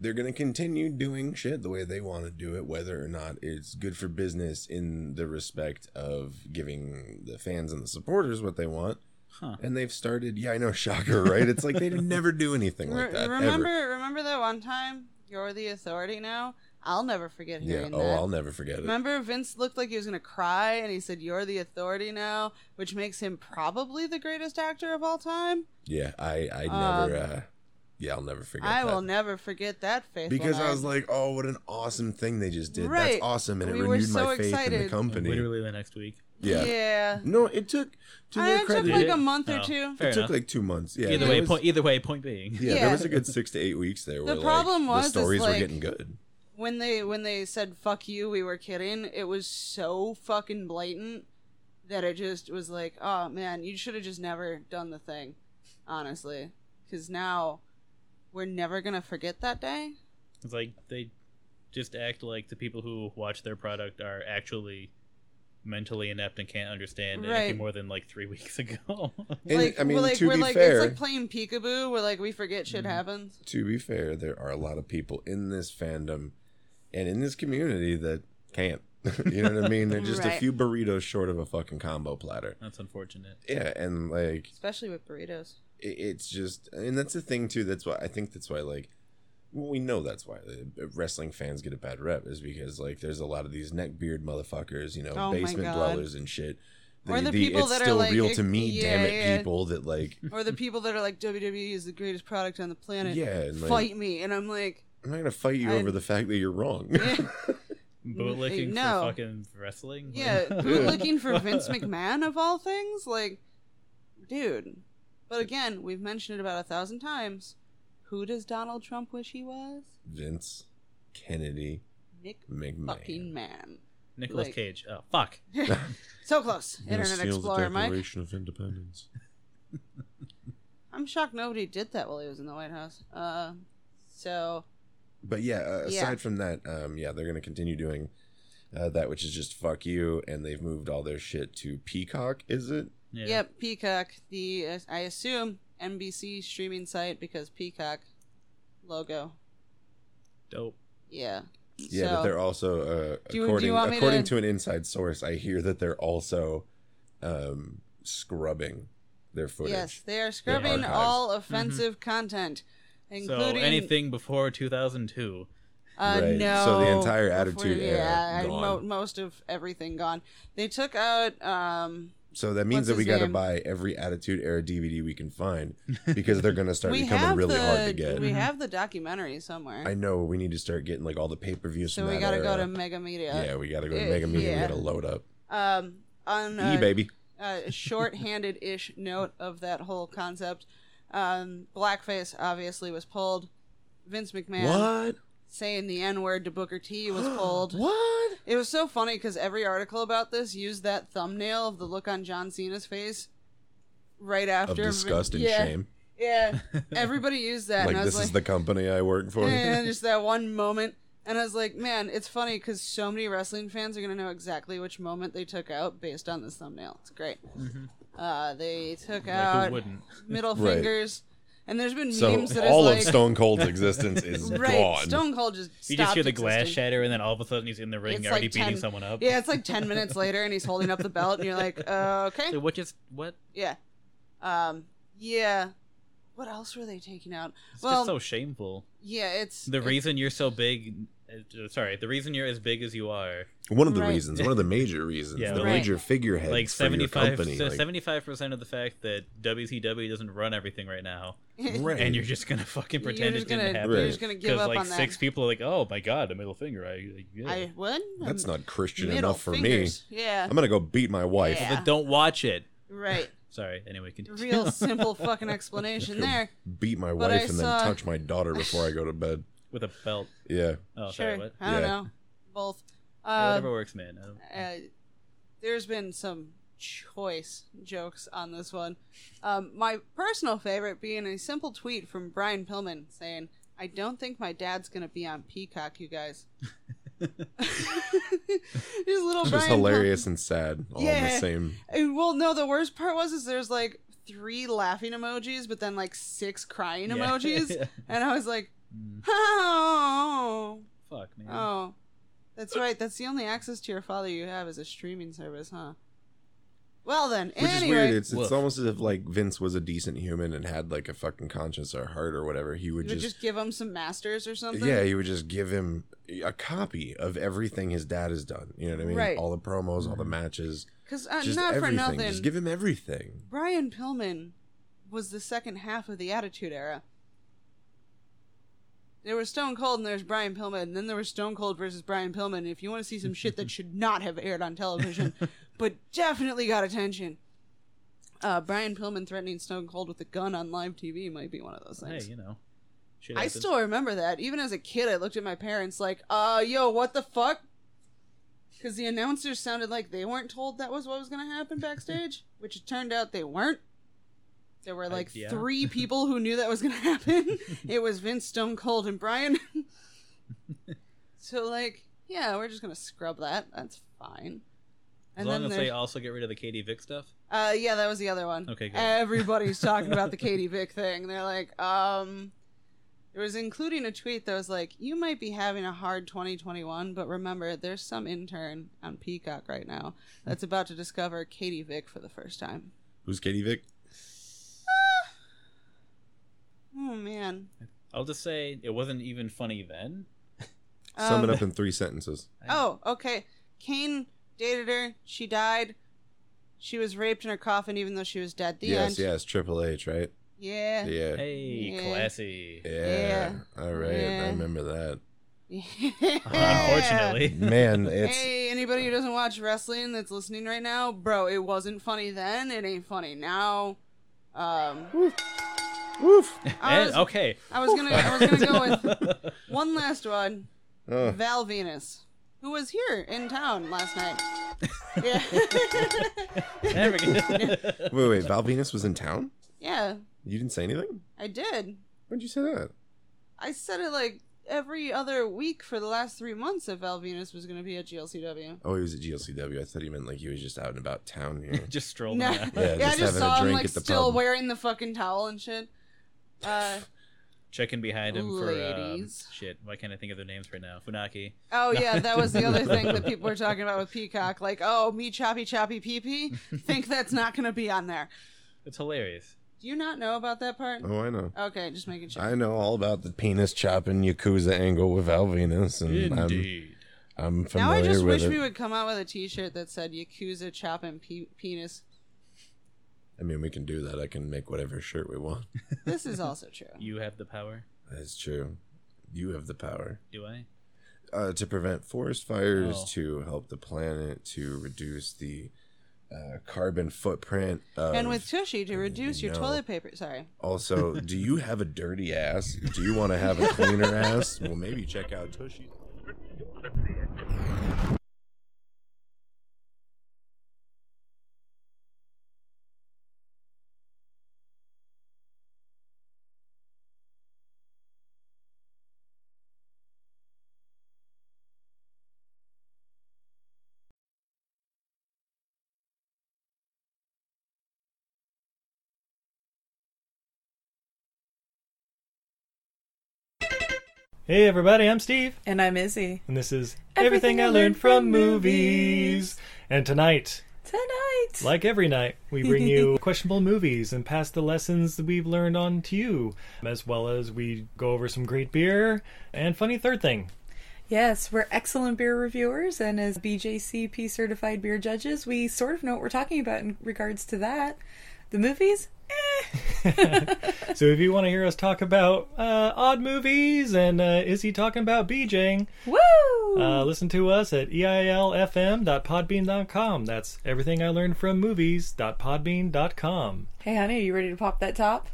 They're going to continue doing shit the way they want to do it, whether or not it's good for business in the respect of giving the fans and the supporters what they want.
Huh.
And they've started, yeah, I know, shocker, right? It's like they never do anything like
Re-
that.
remember,
Ever.
remember that one time you're the authority now. I'll never forget
Yeah,
hearing
oh,
that.
I'll never forget it.
Remember, Vince looked like he was gonna cry, and he said, "You're the authority now," which makes him probably the greatest actor of all time.
Yeah, I, I
Um,
never, uh, yeah, I'll never forget
I
that.
will never forget that faithful.
because I
night.
was like, "Oh, what an awesome thing they just did!
Right.
That's awesome!" And it
We were
renewed
so
my faith in the
excited.
company.
Literally the next week.
Yeah.
yeah.
No, it took to
I
their
took
credit.
like
it
a month or
Oh,
two.
fair
took
enough.
like two months. Yeah.
either
there
way,
was-
point. Either way, point being.
Yeah,
Yeah.
there was a good six to eight weeks there. Where, like,
problem was,
the
is,
stories
like-
were getting good.
when they when they said fuck you we were kidding it was so fucking blatant that it just was like oh man you should have just never done the thing honestly because now we're never gonna forget that day
It's like they just act like the people who watch their product are actually mentally inept and can't understand
Right.
anything more than like three weeks ago.
And
like
I mean,
we're like,
to
we're
be
like
fair, Mm-hmm.
it's like playing peekaboo we're like we forget shit
Mhm.
happens
to be fair, there are a lot of people in this fandom and in this community that can't. you know what I mean? They're just a
Right.
few burritos short of a fucking combo platter.
That's unfortunate.
Yeah, and like
especially with burritos
it, it's just and that's the thing too that's why i think that's why like well, we know that's why the wrestling fans get a bad rep is because like there's a lot of these neckbeard motherfuckers you know
Oh my
basement
God.
dwellers and shit
Or the people
it's
that are
still
like,
real
it-
to me damn
yeah,
it
yeah.
people that like
or the people that are like wwe is the greatest product on the planet
yeah and, like,
fight me and i'm like
i'm not gonna fight you
I-
over the fact that you're wrong
eh,
Bootlicking
no.
for fucking wrestling.
Yeah,
Like-
bootlicking for Vince McMahon of all things, like, dude. But again, we've mentioned it about a thousand times. Who does Donald Trump wish he was?
vince kennedy
Nick
mcmahon
fucking man.
Nicolas
Like-
Cage. Oh fuck.
So close,
Gonna
Internet
steal
Explorer,
the
Mike.
Declaration of Independence.
I'm shocked nobody did that while he was in the White House. Uh, so
But yeah, uh,
Yeah.
aside from that, um, yeah, they're gonna continue doing uh, that, which is just fuck you, and they've moved all their shit to Peacock. Is it?
Yeah.
yep, Peacock. The uh, I assume NBC streaming site because Peacock logo.
Dope.
Yeah.
Yeah, but
So-
they're also uh,
Do you- do
according
you want me
according
to-
to... an inside source, I hear that they're also um, scrubbing their footage.
Yes, they are scrubbing
archives.
all offensive content, including
Mm-hmm. So anything before 2002.
Uh,
Right,
No.
so the entire
Before-
Attitude Era
Yeah, I-
gone.
mo- most of everything gone. They took out. Um,
So that
What's
means that we
his
got to
name?
buy every Attitude Era DVD we can find because they're gonna start
we
becoming
have
really
the
hard to get. Mm-hmm.
we have the documentary somewhere.
I know we need to start getting like all the pay per views.
so we
got
gotta go to Mega Media.
Yeah, we gotta go to
Eh,
Mega Media.
yeah.
We gotta load up.
Um, on
e
uh,
baby.
a shorthanded ish note of that whole concept, um, blackface obviously was pulled. Vince McMahon
What?
saying the N word to Booker T was pulled.
What?
It was so funny because every article about this used that thumbnail of the look on John Cena's face right after
Of disgust and
yeah,
shame.
Yeah, everybody used that,
Like
and I was
this
like, "Eh,
is the company I work for.
and just that one moment, and I was like, man, it's funny because so many wrestling fans are gonna know exactly which moment they took out based on this thumbnail. It's great. Uh, they took
Like,
out
who wouldn't?
middle
Right.
fingers, and there's been
so
memes that is
all
like,
of Stone Cold's existence is
right,
gone.
Stone Cold just
You just
stopped
hear the glass
existing.
shatter, and then all of a sudden he's in the ring
It's
already
like 10
beating someone up.
Yeah, it's like ten minutes later, and he's holding up the belt, and you're like, uh, okay,
So what just what?
yeah, um, yeah. What else were they taking out?
It's
Well,
just so shameful.
yeah, it's
The
it-
reason you're so big, uh, sorry, the reason you're as big as you are,
One of the
Right.
reasons, one of the major reasons,
Yeah,
the
Right.
major figurehead
like
for your
75
company, like,
75 percent of the fact that WCW doesn't run everything right now,
right?
and you're just gonna fucking
You're
pretend
just
it didn't
gonna-
happen
You're
Right.
just gonna give
because
up
like
on that.
six people are like, oh my god, a middle finger. I, I- yeah.
I would. um,
that's not Christian
middle
enough for
fingers. Yeah.
me. I'm gonna go beat my wife.
Yeah.
But don't watch it.
Right.
Sorry. Anyway, continue.
uh, Real simple fucking explanation there.
Beat my
But I
wife and then
saw-
touch my daughter before I go to bed.
with a belt.
Yeah,
Oh,
sure.
sorry. What?
I don't
Yeah.
know. Both.
Yeah,
Uh,
whatever works, man. I don't-
uh, there's been some choice jokes on this one. Um, my personal favorite being a simple tweet from Brian Pillman saying, "I don't think my dad's gonna be on Peacock, you guys." He's little Brian
it's just
Pil-
hilarious and sad, all in
Yeah.
the same.
And, well, no, the worst part was is there's like three laughing emojis, but then like six crying
Yeah.
emojis, and I was like,
Mm,
oh.
Fuck, man.
Oh, that's right. That's the only access to your father you have is a streaming service, huh? Well then,
Which is
anyway,
weird. It's, it's
Woof.
almost as if like Vince was a decent human and had like a fucking conscience or heart or whatever. He
you
would
would just,
just,
give him some masters or something.
yeah, he would just give him a copy of everything his dad has done. You know what I mean?
Right.
All the promos, all the matches,
because uh,
just
not for
everything.
nothing,
Just give him everything.
Brian Pillman was the second half of the Attitude Era. There was Stone Cold and there's Brian Pillman, and then there was Stone Cold versus Brian Pillman. If you want to see some shit that should not have aired on television, but definitely got attention, uh, Brian Pillman threatening Stone Cold with a gun on live TV might be one of those
hey,
things.
you know. Shit
I
happens.
still remember that. Even as a kid, I looked at my parents like, uh, yo, what the fuck? Because the announcers sounded like they weren't told that was what was going to happen backstage, which it turned out they weren't. There were like
yeah.
three people who knew that was going to happen. it was Vince, Stone Cold, and Brian. so, like, yeah, we're just going to scrub that. That's fine.
As
And
long
then
as they
there's,
also get rid of the Katie Vick stuff.
uh, yeah, that was the other one.
Okay, good.
Everybody's talking about the Katie Vick thing. They're like, um, there was including a tweet that was like, you might be having a hard 2021, but remember, there's some intern on Peacock right now that's about to discover Katie Vick for the first time. Ah.
Who's Katie Vick?
Oh, man.
I'll just say it wasn't even funny then.
Sum it
Um,
up in three sentences.
Oh, okay. Kane dated her. She died. She was raped in her coffin, even though she was dead. The
yes,
end.
yes, Triple H, right?
Yeah.
Yeah.
Hey,
Yeah.
classy.
Yeah.
Yeah.
All right.
Yeah.
I remember that.
Uh, Unfortunately.
Man, it's
hey, anybody who doesn't watch wrestling that's listening right now, bro, it wasn't funny then. It ain't funny now. Um,
woof.
I was,
And- okay.
I was gonna, I was gonna go with one last one.
Ugh.
Val Venus, who was here in town last night. Yeah,
There we go.
Wait, wait. Val Venus was in town.
yeah,
You didn't say anything.
I did.
Why'd you say that?
I said it like every other week for the last three months that Val Venus was gonna be at GLCW.
Oh, he was at GLCW. I thought he meant like he was just out and about town here.
Just strolling.
No.
around.
Yeah,
Yeah,
just
I just
having a
saw him
drink
like
at the
still
pub.
wearing the fucking towel and shit. Uh,
Checking behind him for um,
Ladies.
shit. Why can't I think of their names right now? Funaki.
Oh yeah, that was the other thing that people were talking about with Peacock. Like, oh, me choppy choppy pee pee. Think that's not gonna be on there.
It's hilarious.
Do you not know about that part?
Oh, I know.
Okay, just making sure.
I know all about the penis chopping yakuza angle with Val Venus, and I'm I'm
Now
familiar
I just
with
wish
it.
we would come out with a T-shirt that said Yakuza chopping pe- penis.
I mean, we can do that. I can make whatever shirt we want.
This is also true.
You have the power.
That's true. You have the power.
Do I?
uh, to prevent forest fires,
Oh.
to help the planet, to reduce the uh, carbon footprint. Of,
And with Tushy to reduce your
No.
toilet paper. Sorry.
also, do you have a dirty ass? Do you want to have a cleaner ass? Well, maybe check out Tushy.
Hey everybody, I'm Steve,
And I'm Izzy.
and this is
Everything I Learned from Movies.
And tonight,
Tonight.
Like every night, we bring you questionable movies and pass the lessons that we've learned on to you, as well as we go over some great beer and funny third thing.
Yes, we're excellent beer reviewers, and as BJCP certified beer judges, we sort of know what we're talking about in regards to that. The movies? Eh.
So if you want to hear us talk about uh, odd movies and uh, is he talking about BJing,
Woo!
uh, listen to us at eilfm.podbean.com. That's everything I learned from movies.podbean.com.
hey, honey, you ready to pop that top?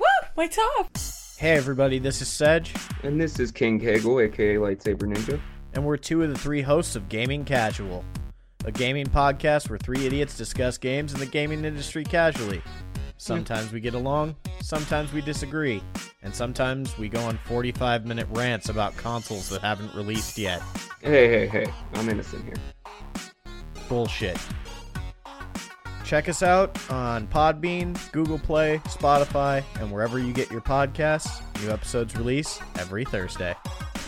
Woo! My top!
Hey everybody, this is Sedge,
And this is King Kegel, aka Lightsaber Ninja.
and we're two of the three hosts of Gaming Casual, a gaming podcast where three idiots discuss games in the gaming industry casually. Sometimes we get along, sometimes we disagree, and sometimes we go on 45 minute rants about consoles that haven't released yet.
Hey, hey, hey, I'm innocent here.
Bullshit. Check us out on Podbean, Google Play, Spotify, and wherever you get your podcasts. New episodes release every Thursday.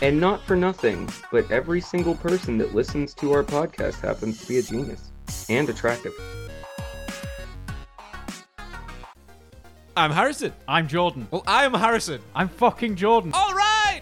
And not for nothing, but every single person that listens to our podcast happens to be a genius and attractive.
I'm Harrison.
I'm Jordan.
Well, I'm Harrison.
I'm fucking Jordan.
All right,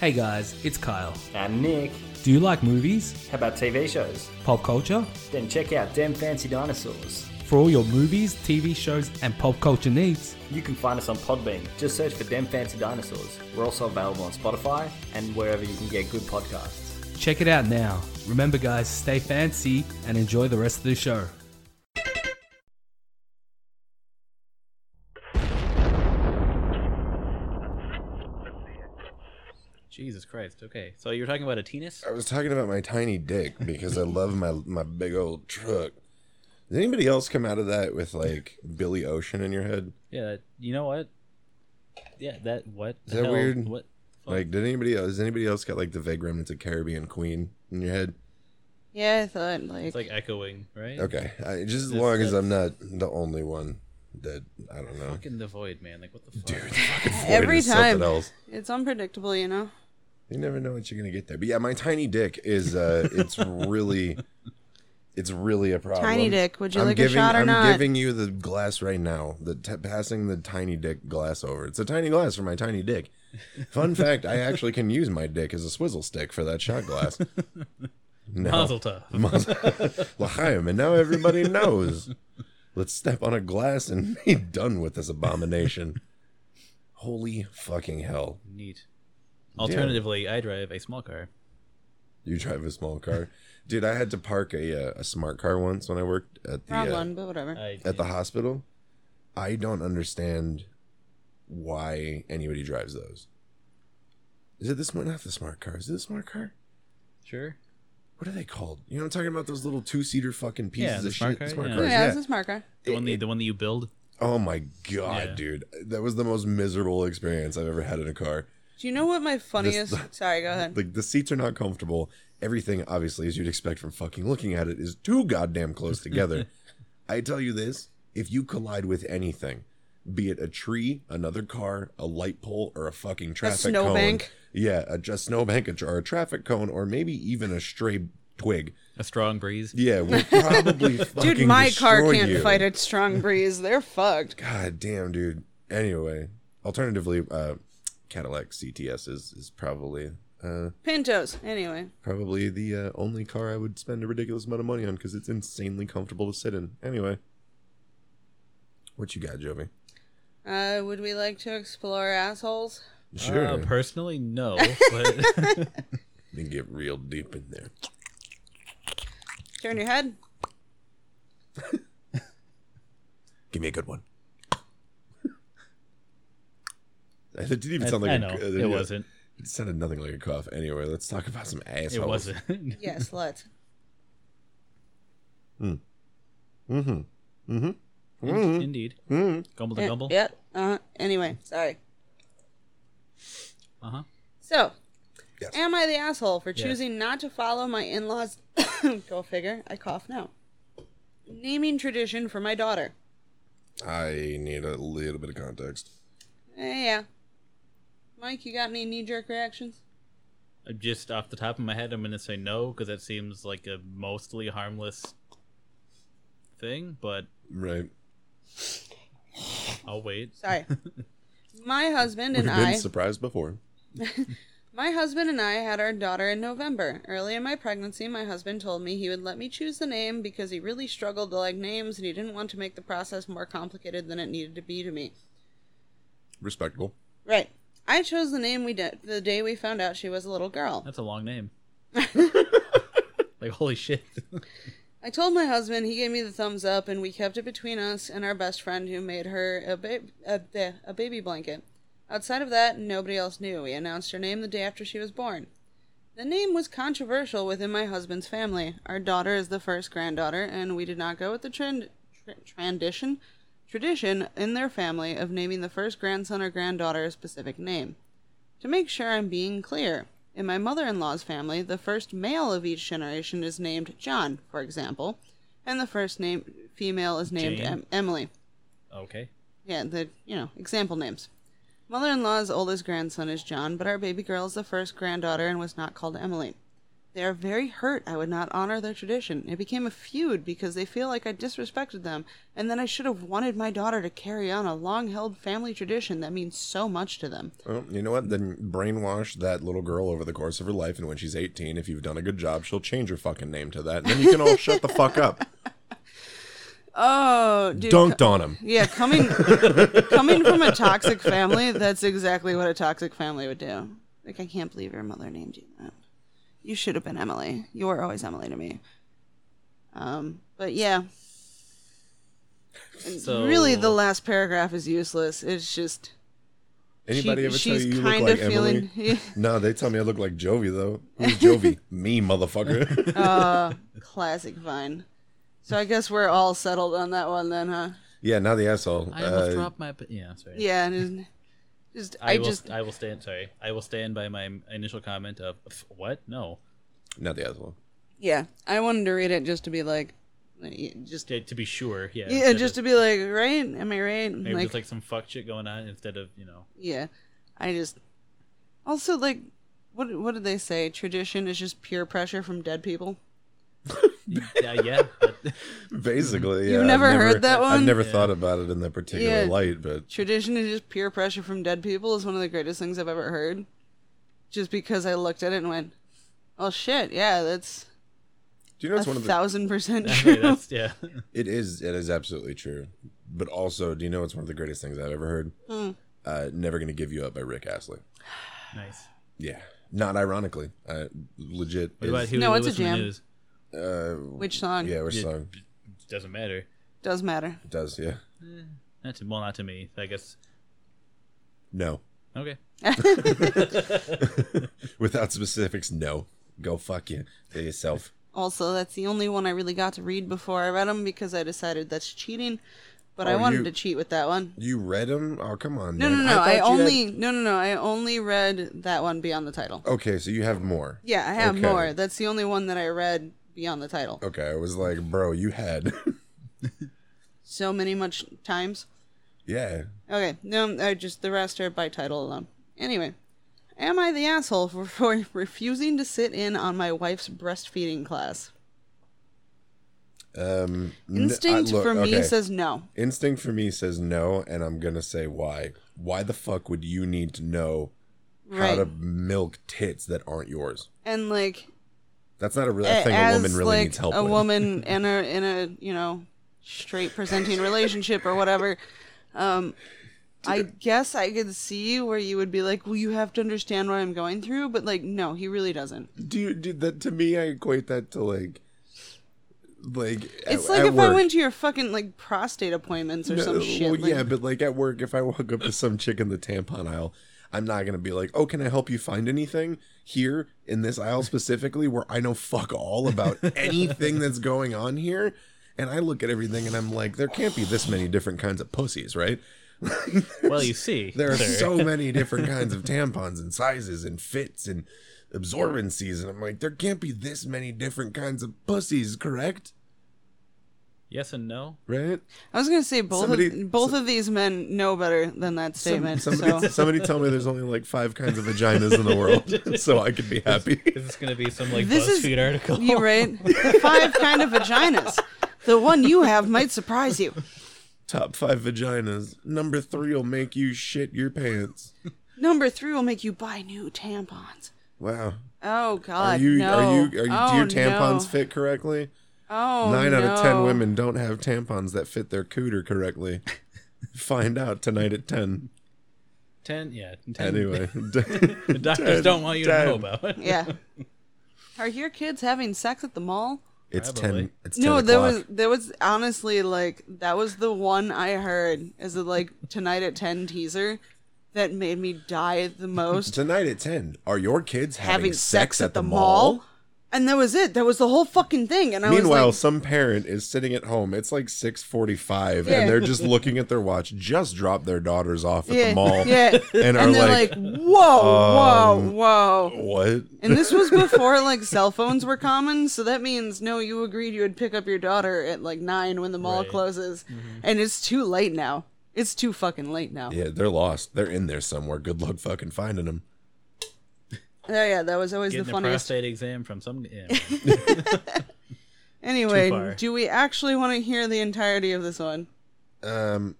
Hey guys, it's Kyle.
I'm Nick.
Do you like movies,
How about TV shows?
pop culture?
Then check out Damn Fancy Dinosaurs.
For all your movies, TV shows, and pop culture needs,
You can find us on Podbean. Just search for Damn Fancy Dinosaurs. We're also available on Spotify and wherever you can get good podcasts.
check it out now. Remember, guys, stay fancy and enjoy the rest of the show.
Jesus Christ. Okay. So you were talking about a tennis?
I was talking about my tiny dick because I love my my big old truck. Did anybody else come out of that with like Billy Ocean in your head?
Yeah. that- You know what? Yeah. That what?
Is
the
that
hell?
weird?
What?
Like, did anybody else? Has anybody else got like the vague remnants of Caribbean Queen in your head?
Yeah, I thought like,
It's like echoing, right?
Okay, I, just as
This-
long as
that's-
I'm not the only one that I don't know.
Fucking the void, man. Like what the fuck?
Dude, fucking Void
Every
is something
time.
else.
it's unpredictable, you know.
You never know what you're gonna get there. But yeah, my tiny dick is uh it's really it's really a problem.
Tiny dick, would you
I'm
like a
giving,
shot or
I'm
not?
giving you the glass right now. The t- passing the tiny dick glass over. It's a tiny glass for my tiny dick. Fun fact, I actually can use my dick as a swizzle stick for that shot glass. No.
Mazel tov.
Mazel- L'chaim, and now everybody knows. Let's step on a glass and be done with this abomination. Holy fucking hell.
Neat. Alternatively, I drive a small car.
You drive a small car, dude. I had to park a uh, a smart car once when I worked at the
Wrong
uh,
one, but whatever.
I,
at the hospital. I don't understand why anybody drives those. Is it the smart? Not the smart car. Is it the smart car?
sure.
What are they called? You know, what I'm talking about those little two seater fucking pieces
the
of
smart
shit.
car,
smart
yeah.
Oh,
cars.
yeah,
Yeah.
this is Marco.
The one, the, the one that you build.
Oh my god,
Yeah.
dude, that was the most miserable experience I've ever had in a car.
Do you know what my funniest? sorry, go ahead.
Like the seats are not comfortable. Everything, obviously, as you'd expect from fucking looking at it, is too goddamn close together. I tell you this: if you collide with anything, be it a tree, another car, a light pole, or a fucking traffic
snowbank.
cone, yeah, a, a snowbank, a, tr- or a traffic cone, or maybe even a stray twig,
A strong breeze.
yeah, will probably fucking
Dude, my car
destroy
can't
you.
fight a strong breeze. They're fucked.
God damn, dude. Anyway, alternatively, uh, Cadillac CTS is is probably uh,
Pintos. Anyway,
probably the uh, only car I would spend a ridiculous amount of money on because it's insanely comfortable to sit in. Anyway, what you got, Jovi?
uh, would we like to explore assholes?
Sure,
Uh, personally, no. But
you can get real deep in there.
Turn your head.
Give me a good one. It didn't even sound like
I
a-
know
uh,
it
yeah.
wasn't.
It sounded nothing like a cough. Anyway, let's talk about some assholes.
It wasn't.
Yes, let's.
Mm-hmm. Mm-hmm.
In-
Mhm.
Indeed.
Mhm.
Gumble to
Eh,
gumble.
Yeah. Uh, anyway, sorry.
Uh huh.
So, am I the asshole for
Yes.
choosing not to follow my in laws? Go figure. I cough now. Naming tradition for my daughter.
I need a little bit of context.
Eh, yeah. Mike, you got any knee jerk reactions?
Just off the top of my head, I'm gonna say no because that seems like a mostly harmless thing. But
right,
I'll wait.
Sorry. My husband
We've
and
been
I.
surprised before.
My husband and I had our daughter in November. Early in my pregnancy, my husband told me he would let me choose the name because he really struggled to like names and he didn't want to make the process more complicated than it needed to be to me.
Respectable.
Right. I chose the name we did the day we found out she was a little girl.
That's a long name. like holy shit.
I told my husband, he gave me the thumbs up, and we kept it between us and our best friend who made her a, ba- a, ba- a baby blanket. Outside of that, nobody else knew. We announced her name the day after she was born. The name was controversial within my husband's family. Our daughter is the first granddaughter, and we did not go with the trend, tra- tradition, tradition in their family of naming the first grandson or granddaughter a specific name. To make sure I'm being clear, in my mother in law's family, the first male of each generation is named John, for example, and the first name female is named
Jane.
em- Emily.
Okay.
Yeah, the you know example names. Mother-in-law's oldest grandson is John, but our baby girl is the first granddaughter and was not called Emily. They are very hurt I would not honor their tradition. It became a feud because they feel like I disrespected them and that I should have wanted my daughter to carry on a long-held family tradition that means so much to them.
Well, you know what? Then brainwash that little girl over the course of her life, and when she's 18, if you've done a good job, she'll change her fucking name to that. And then you can all shut the fuck up.
Oh, dude,
Dunked on 'em.
Yeah, coming coming from a toxic family, that's exactly what a toxic family would do. Like, I can't believe your mother named you that. You should have been Emily. You were always Emily to me. Um, but yeah, And
So-
really, the last paragraph is useless. It's just
Anybody
she-
ever tell
she's
you you look
kinda
like
feeling-
Emily? no, they tell me I look like Jovi though. Who's Jovi? me, motherfucker.
uh, classic Vine. So I guess we're all settled on that one then, huh?
yeah, now the asshole.
I almost
Uh,
dropped my. p- Yeah, sorry.
Yeah, and it's- just I,
I, will,
just
I will stand. Sorry, I will stand by my initial comment of "Pff, what? No,
not the asshole.
yeah, I wanted to read it just to be like, just
to, to be sure. Yeah,
yeah,
instead
just to
of-
be like, right? Am I right?
maybe
Like,
there's like some fuck shit going on instead of you know.
yeah, I just also like, what what did they say? Tradition is just peer pressure from dead people.
Yeah, yeah.
Basically, yeah,
You've
I've
never heard that
I've
one?
never
Yeah.
thought about it in that
Yeah.
particular light, but
Tradition is just peer pressure from dead people is one of the greatest things I've ever heard. Just because I looked at it and went, oh shit, yeah, that's
do you know it's
a
one of the
thousand percent true.
yeah.
It is. It is absolutely true. But also, do you know it's one of the greatest things I've ever heard?
Hmm.
Uh, "Never Gonna Give You Up" by Rick Astley.
Nice.
Yeah, not ironically, uh, legit.
What about
is-
who
No,
we
it's a
listen to
jam.
News?
Uh,
Which song?
Yeah, which
Yeah.
song?
Doesn't matter.
Does matter.
It does yeah?
Not to, well, not to me. I guess.
No.
Okay.
Without specifics, no. Go fuck you yourself.
Also, that's the only one I really got to read before I read them because I decided that's cheating. But I
Oh,
wanted
you-
to cheat with that one.
You read them? Oh, come on.
No, no,
man.
no.
thought
I,
you had-
only no, no, no. I only read that one beyond the title.
Okay, so you have more.
Yeah, I have
Okay.
more. That's the only one that I read beyond the title.
Okay, I was like, bro, you had.
So many much times.
yeah.
Okay, no, I just the rest are by title alone. Anyway, am I the asshole for, for refusing to sit in on my wife's breastfeeding class?
Um, n- I-
Instinct
look,
for me
okay.
says no.
Instinct for me says no, and I'm gonna say why. Why the fuck would you need to know how
Right.
to milk tits that aren't yours?
And like
That's not a real
a-
thing a
as
woman really
like
needs help
a
with.
woman in a in a you know straight presenting relationship or whatever. Um, I guess I could see where you would be like, well, you have to understand what I'm going through, but like, no, he really doesn't.
Do you do that to me? I equate that to like, like
It's
at-
like
at
if
work.
I went to your fucking like prostate appointments or
No,
some shit.
well,
like-
yeah, but like at work, if I walk up to some chick in the tampon aisle, I'm not gonna be like, "Oh, can I help you find anything here in this aisle specifically, where I know fuck all about anything that's going on here." And I look at everything and I'm like, there can't be this many different kinds of pussies, right?
Well, you see,
there are
sir.
so many different kinds of tampons and sizes and fits and absorbencies. And I'm like, there can't be this many different kinds of pussies, correct?
Yes and no.
Right?
I was gonna say both
Somebody-
of, both of these men know better than that
Some-
statement.
somebody,
so.
somebody tell me there's only like five kinds of vaginas in the world, so I could be happy.
Is this gonna be some like
This is-
BuzzFeed article?
You right? The five kind of vaginas. The one you have might surprise you.
Top five vaginas. Number three will make you shit your pants.
Number three will make you buy new tampons.
Wow.
Oh
Are
God,
you
no!
are you are you
oh,
do your tampons
no.
fit correctly?
Oh,
Nine out of ten
no.
women don't have tampons that fit their cooter correctly. Find out tonight at ten.
Ten, yeah. Ten.
Anyway,
the doctors don't want you to know about.
Yeah. Are your kids having sex at the mall?
It's
Probably.
ten. It's
no,
10
there
o'clock.
was there was honestly like that was the one I heard as a like tonight at ten teaser that made me die the most.
tonight at ten. Are your kids having,
having
sex at the mall?
and that was it. That was the whole fucking thing. And I
Meanwhile,
was
some parent is sitting at home. It's like six forty-five,
Yeah.
and they're just looking at their watch. Just dropped their daughters off at
like, yeah,
the mall,
yeah,
and are
they're
like,
like, whoa,
um,
whoa, whoa.
"What?"
And this was before like cell phones were common, so that means no, you agreed you would pick up your daughter at like nine when the mall closes,
Mm-hmm.
and it's too late now. It's too fucking late now.
Yeah, they're lost. They're in there somewhere. Good luck fucking finding them.
Oh yeah, that was always
Getting
the
a
funniest.
prostate exam from some. Yeah. Too far.
Anyway, do we actually want to hear the entirety of this one?
Um,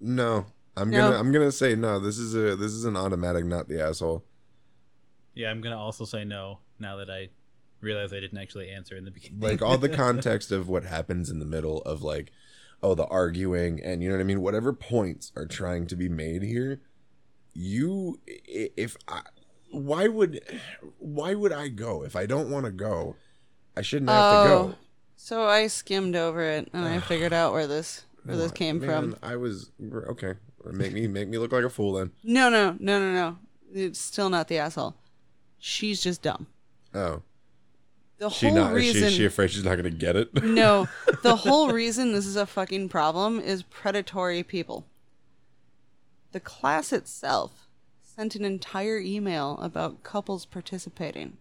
no, I'm
No.
gonna I'm gonna say no. This is a this is an automatic, not the asshole.
yeah, I'm gonna also say no now that I realize I didn't actually answer in the beginning.
Like all the context of what happens in the middle of like, oh, the arguing and you know what I mean. Whatever points are trying to be made here, you i- if I why would why would I go if I don't want to go? I shouldn't have to go.
Oh, so I skimmed over it and I figured out where this where this
Oh,
came
man,
from.
I was okay. Make me make me look like a fool then.
No, no, no, no, no. It's still not the asshole. She's just dumb.
Oh,
The
she
whole
not
reason
is she, she afraid she's not gonna get it?
No, the whole reason this is a fucking problem is predatory people. The class itself sent an entire email about couples participating.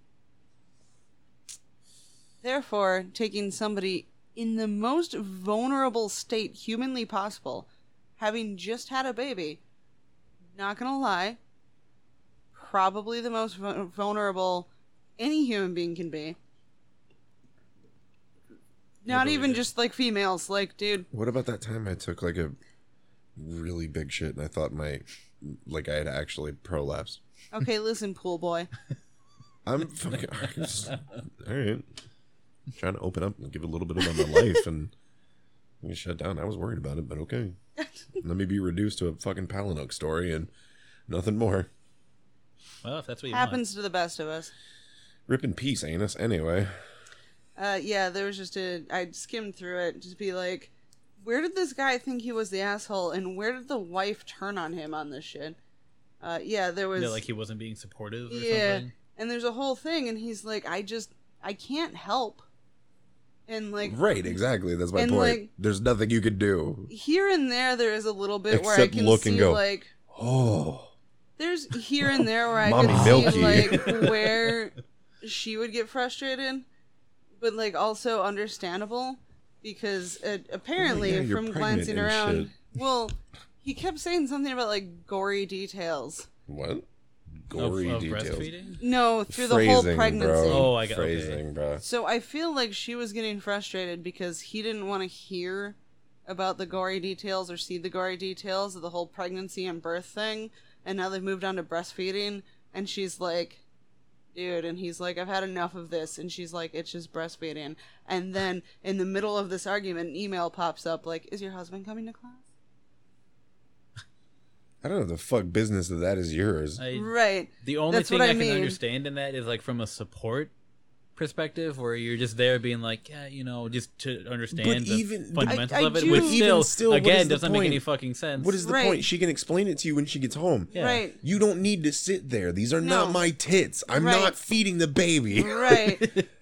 Therefore, taking somebody in the most vulnerable state humanly possible, having just had a baby, not gonna lie, probably the most vu- vulnerable any human being can be. Not even just like females, like dude.
What about that time I took like a really big shit and I thought my like I had actually prolapsed?
Okay, listen, pool boy.
I'm fucking all right. Trying to open up and give a little bit about my life and you shut down. I was worried about it, but okay. Let me be reduced to a fucking Palinoke story and nothing more.
well, if that's what you
Happens to the best of us.
Rip in peace, anus. Anyway,
Uh, yeah, there was just a. I skimmed through it, just be like, where did this guy think he was the asshole, and where did the wife turn on him on this shit? Uh, yeah, there
want.
was.
Yeah, like he wasn't being supportive or
yeah,
something.
and there's a whole thing, and he's like, I just, I can't help, and like,
right, exactly. That's my
and,
point.
like-
There's nothing you could do.
here and there, there is a little bit where I
Except
can
look
see
and go.
like
Oh,
There's here and there where I
Mommy
could
Milky.
see like where she would get frustrated, but like also understandable because it, apparently
yeah, you're
from
pregnant
glancing
and
around,
shit.
well, he kept saying something about like gory details.
what? Gory
of
details.
breastfeeding?
No, through the whole
Phrasing,
pregnancy.
Bro.
Oh, I got- okay.
phrasing, bro.
So I feel like she was getting frustrated because he didn't want to hear about the gory details or see the gory details of the whole pregnancy and birth thing. And now they've moved on to breastfeeding. And she's like, dude. And he's like, I've had enough of this. And she's like, it's just breastfeeding. And then in the middle of this argument, an email pops up like, is your husband coming to class?
I don't know the fuck business that that is yours.
I-
Right.
The only
That's
thing
what
I,
I
can
mean.
understand in that is like from a support perspective, where you're just there being like, yeah, you know, just to understand the
even- but-
fundamentals
I- I
of it,
do-
which
But
even
still,
still, what is
again,
the
doesn't make any
point?
fucking sense.
What is the
Right.
point? She can explain it to you when she gets home.
Yeah.
Right.
You don't need to sit there. These are
No.
not my tits. I'm
Right.
not feeding the baby.
Right.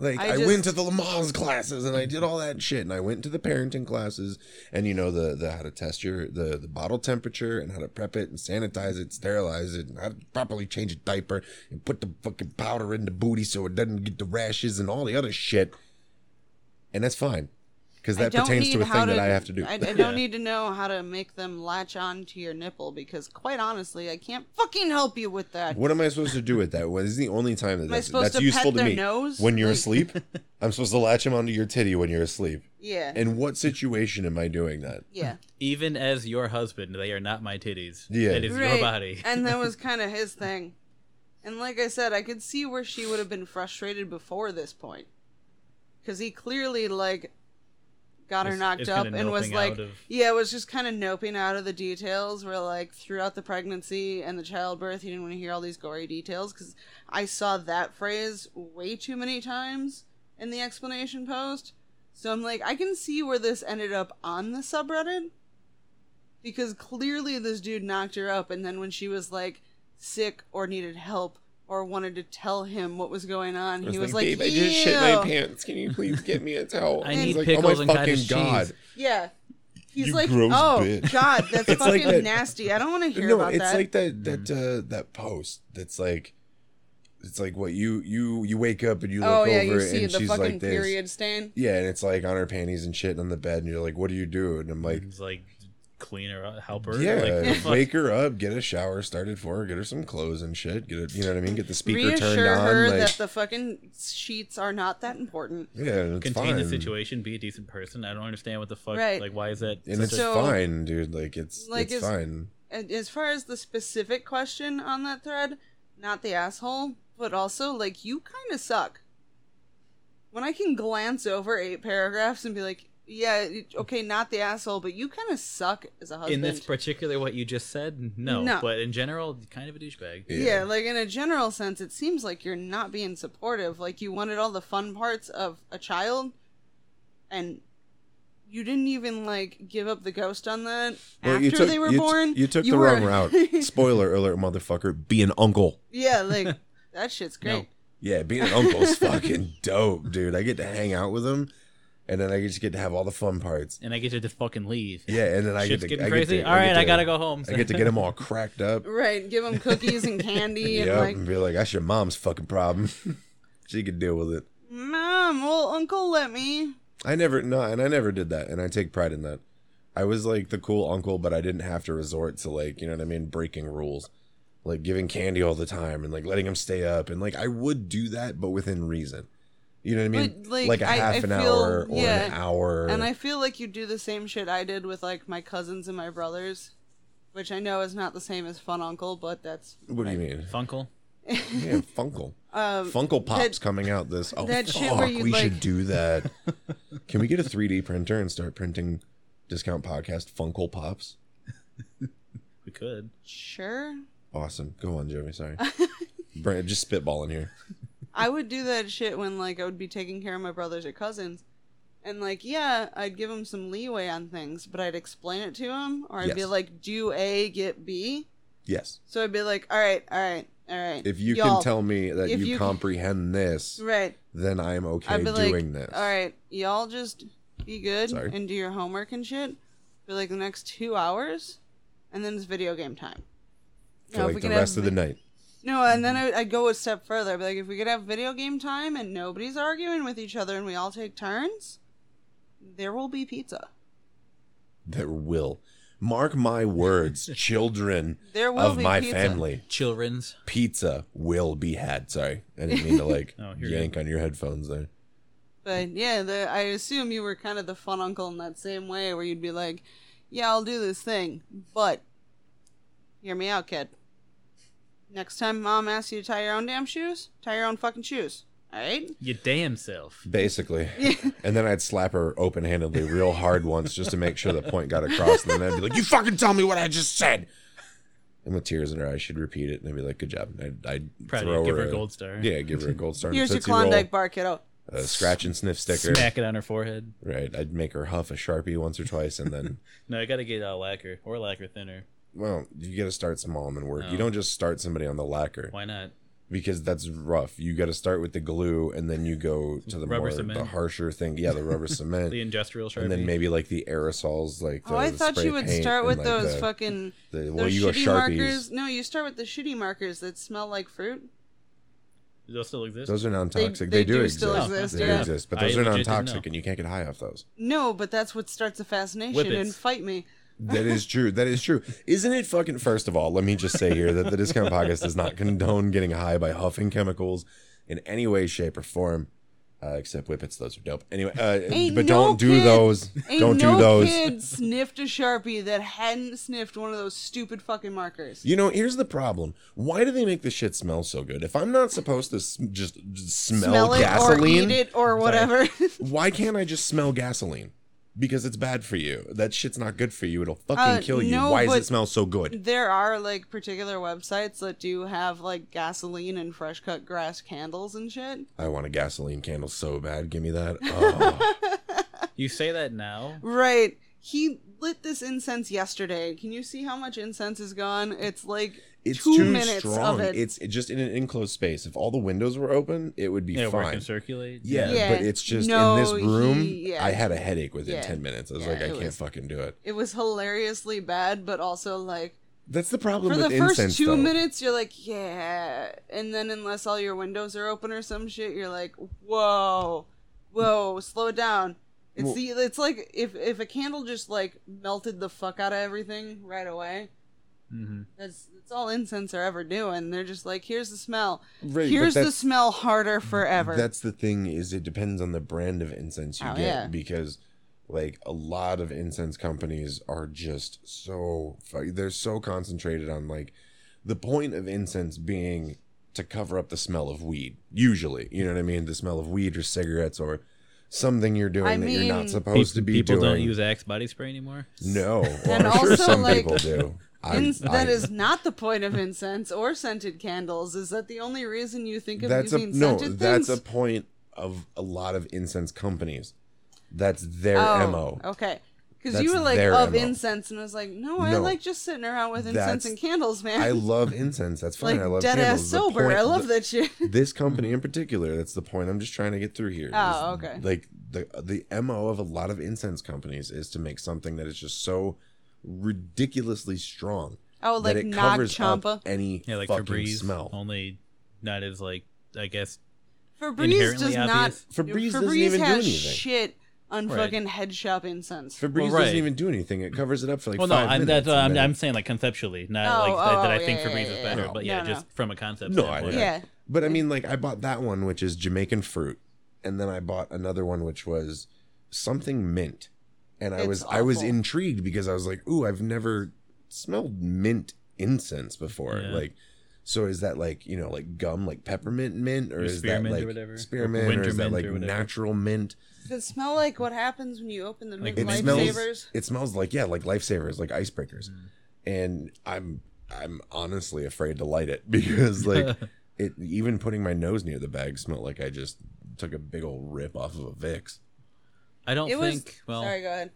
Like
I
I,
just-
went to the Lamaze classes and I did all that shit and I went to the parenting classes and you know the the how to test your the the bottle temperature and how to prep it and sanitize it, sterilize it, and how to properly change a diaper and put the fucking powder in the booty so it doesn't get the rashes and all the other shit. And that's fine because
I
that
don't
pertains to
need
a thing
how
that I have to do.
I, I don't need to know how to make them latch on to your nipple because, quite honestly, I can't fucking help you with that.
What am I supposed to do with that? What is the only time that
Am I
that's,
supposed
that's
to pet
useful to
their
me?
nose?
When you're
Like-
asleep, I'm supposed to latch him onto your titty when you're asleep.
Yeah.
In what situation am I doing that?
Yeah.
Even as your husband, they are not my titties.
Yeah.
It is your
Right.
body.
and that was kind of his thing. And like I said, I could see where she would have been frustrated before this point. Because he clearly, like, got her
Is-
knocked
is
up
kinda
and was
noping
like,
out of-
yeah, was just kind of noping out of the details where, like, throughout the pregnancy and the childbirth, he didn't want to hear all these gory details. Because I saw that phrase way too many times in the explanation post. So I'm like, I can see where this ended up on the subreddit because clearly this dude knocked her up and then when she was like sick or needed help or wanted to tell him what was going on
I was
he was
like,
like,
"Babe, I just shit my
"Ew."
pants. Can you please get me a towel?"
I
He's
need
like,
pickles
"Oh
and
my fucking
cottage
god!"
cheese.
yeah he's
You
like oh
gross bitch."
god that's
It's like
fucking
that-
nasty i don't want to hear
no,
about
it's
that
like that that
Mm.
uh, that post that's like, it's like what you you you wake up and you look
oh
over
yeah you see
and
the
she's
fucking
like this.
period stain
Yeah, and it's like on her panties and shit on the bed, and you're like, "What do you do?" And I'm like,
It's like clean her up, help her.
"Yeah,
Like, fuck.
wake her up, get a shower started for her, get her some clothes and shit, get it, you know what I mean? Get the speaker turned
reassure
on,
her
like,
that the fucking sheets are not that important
yeah, and it's
Contain the
fine.
situation. Be a decent person. I don't understand what the fuck.
Right.
Like, why is that?
and it's
such a-
So-
fine, dude. Like it's
like
it's
as,
fine.
and as far as the specific question on that thread not the asshole but also like you kind of suck when i can glance over eight paragraphs and be like yeah it- okay not the asshole but you kind of suck as a husband
in this particular what you just said, no.
No.
But in general, kind of a douchebag.
yeah. like in a general sense it seems like you're not being supportive like you wanted all the fun parts of a child and you didn't even like give up the ghost on that
Well,
after
you took,
they were
you, t-
born
You took
You
the
were-
wrong route. Spoiler alert, motherfucker. Be an uncle.
yeah like that shit's great
Yeah, being an uncle is fucking dope, dude. I get to hang out with him, and then I just get to have all the fun parts.
And I get to just fucking leave.
Yeah, and then I
Shit's
get to.
getting
I
crazy.
Get to,
All right,
get
I
to-
gotta go home.
I get to get them all cracked up.
Right, give them cookies and candy and
Yep,
like,
and be like, that's your mom's fucking problem. she can deal with it.
"Mom, will uncle let me?"
I never no, and I never did that, and I take pride in that. I was like the cool uncle, but I didn't have to resort to like you know what I mean, breaking rules, like giving candy all the time and like letting him stay up, and like I would do that, but within reason. You know what I mean?
But,
Like,
like,
a
I-
half
I
an
feel-
hour or
yeah.
an hour.
And I feel like you do the same shit I did with like my cousins and my brothers, which I know is not the same as fun uncle, but that's
what do you mean?
Funkle.
Yeah, Funkle.
Um,
Funkle Pop's
that-
coming out this. Oh,
that shit
fuck,
where you,
we should
like-
do that. Can we get a 3D printer and start printing discount podcast Funkle Pops?
We could.
sure.
Awesome. Go on, Joey. Sorry. Brand, just spitballing here.
I would do that shit when like I would be taking care of my brothers or cousins. And like, yeah, I'd give them some leeway on things, but I'd explain it to them or I'd be
Yes.
like, "Do A, get B."
Yes.
So I'd be like, "All right, all right, all right."
If you
y'all."
can tell me that
if
you,
you-
comprehend this,
Right.
then I'm okay
I'd be
doing
like,
this.
All right, y'all just be good
Sorry.
and do your homework and shit for like the next two hours, and then it's video game time.
For
Now, if
like
we
the
could have
rest of the night.
No, and then I, I go a step further. I'd be like, if we could have video game time and nobody's arguing with each other and we all take turns, there will be pizza.
There will. Mark my words, children
There will
of
be
my
pizza.
family.
Children's.
Pizza will be had. Sorry. I didn't mean to like
Oh, here you
yank on your headphones there.
But yeah, the, I assume you were kind of the fun uncle in that same way, where you'd be like, "Yeah, I'll do this thing, but hear me out, kid. Next time mom asks you to tie your own damn shoes, tie your own fucking shoes. All right?
Your damn self.
Basically. and then I'd slap her open handedly real hard once just to make sure the point got across. And then I'd be like, You fucking tell me what I just said. And with tears in her eyes, she'd repeat it and I'd be like, Good job. And I'd, I'd
Proud of you.
throw
Give
her
her a gold star.
Yeah, give her a gold star. and a
Here's your
Tootsie Roll.
Klondike bar, kiddo.
a scratch and sniff sticker.
Smack it on her forehead.
Right. I'd make her huff a sharpie once or twice, and then
No, I gotta get out lacquer or lacquer thinner.
well, you got to start small and then work. You don't just start somebody on the lacquer.
Why not?
because that's rough. You got to start with the glue, and then you go to the
Rubber
more the
cement.
harsher thing. Yeah, the rubber cement,
The industrial
and
Sharpie.
then maybe like the aerosols, like the,
Oh, I
the
thought
spray
you would
paint
start
and,
with
like,
those
the-
fucking
the-
those
well, you got
shitty
Sharpies.
markers. No, you start with the shitty markers that smell like fruit.
Those still exist.
Those are non-toxic. They,
they
do,
do
exist.
still exist,
They do
yeah.
exist, but
I
those are
legit didn't
non-toxic,
know.
and you can't get high off those.
No, but that's what starts the fascination
Whippets.
and fight me.
That is true. That is true. Isn't it fucking? First of all, let me just say here that the Discount Podcast does not condone getting high by huffing chemicals in any way, shape, or form, uh, except whippets. Those are dope. Anyway, uh,
Ain't
but
no
don't do
kid-
those.
Ain't
don't
no
do those.
kid sniffed a sharpie that hadn't sniffed one of those stupid fucking markers.
You know, here's the problem. Why do they make this shit smell so good? If I'm not supposed to s- just, just smell,
Smell it
gasoline,
or eat it or whatever.
why can't I just smell gasoline? Because it's bad for you. That shit's not good for you. It'll fucking
Uh,
kill you.
no,
why does
but
it smell so good?
There are like particular websites that do have like gasoline and fresh cut grass candles and shit.
I want a gasoline candle so bad. Give me that. Oh.
You say that now.
Right. He lit this incense yesterday. Can you see how much incense is gone? It's like
It's
two
too
minutes of
strong.
it.
It's just in an enclosed space. If all the windows were open, it would be
Yeah, where it
fine.
can circulate.
Yeah,
Yeah.
but it's just
No,
in this room.
he- yeah.
I had a headache within
Yeah.
ten minutes. I was
Yeah,
like, I
it
can't
was-
fucking do it.
it was hilariously bad, but also like
That's the problem
for the
with
first
incense.
two
though.
minutes you're like, yeah, and then unless all your windows are open or some shit, you're like, whoa, whoa, slow it down. It's
Well-
the it's like if if a candle just like melted the fuck out of everything right away.
Mm-hmm.
That's that's all incense are ever doing. They're just like, here's the smell.
Right, but
here's the
that's-
smell harder forever.
That's the thing is it depends on the brand of incense you
Oh,
get
yeah.
because like a lot of incense companies are just so fu- they're so concentrated on like the point of incense being to cover up the smell of weed usually you know what i mean the smell of weed or cigarettes or something you're doing
I
that you're
mean-
not supposed to be
people
doing
don't use Axe body spray anymore.
no well,
And
i'm sure
also,
some
like,
people do I-
In- that
I-
is not the point of incense or scented candles. Is that the only reason you think of
that's a
using
no
scented
that's a
things?
point of a lot of incense companies that's their
oh,
mo
Okay. Because
That's
you were like
their
of
MO.
incense, and I was like, no, I
No.
like just sitting around with incense
That's-
and candles, man.
I love incense. That's fine.
like
I love
dead
candles.
ass
The
sober.
point-
I love
the-
that shit.
This company in particular. That's the point I'm just trying to get through here. is
Oh, okay.
Like the the mo of a lot of incense companies is to make something that is just so ridiculously strong.
Oh, like
that it
Nag
covers up
Champa?
any
Yeah, like
fucking
Febreze.
smell.
Only not as like I guess.
Febreze
Inherently
does not.
obvious.
Febreze doesn't even do
has
anything.
shit on
Right.
fucking head shop incense.
Febreze
Well,
doesn't
right.
even do anything. It covers it up for like
well, no,
five
I'm,
minutes.
that's, uh, I'm,
and then
I'm
it-
saying like conceptually, not
Oh,
like that,
oh,
that I
oh,
think
yeah,
Febreze
yeah,
is better,
yeah.
but yeah,
No,
just from a concept.
no, I,
standpoint.
Yeah.
But I mean, like I bought that one, which is Jamaican fruit, and then I bought another one, which was something mint, and I
It's
was I was
awful.
intrigued because I was like, "Ooh, I've never smelled mint incense before."
Yeah.
Like, so is that like you know like gum, like peppermint mint, or,
Or
is that
spearmint or
like
whatever.
spearmint,
Winter
or is that
mint or
like
whatever.
natural mint?
Does it smell like what happens when you open the
Like,
mint
It
Lifesavers?
smells. It smells like yeah, like lifesavers, like icebreakers,
Mm-hmm.
and I'm I'm honestly afraid to light it because like it even putting my nose near the bag smelled like I just took a big old rip off of a Vicks.
I don't
It was.
think. Well,
Sorry, go ahead.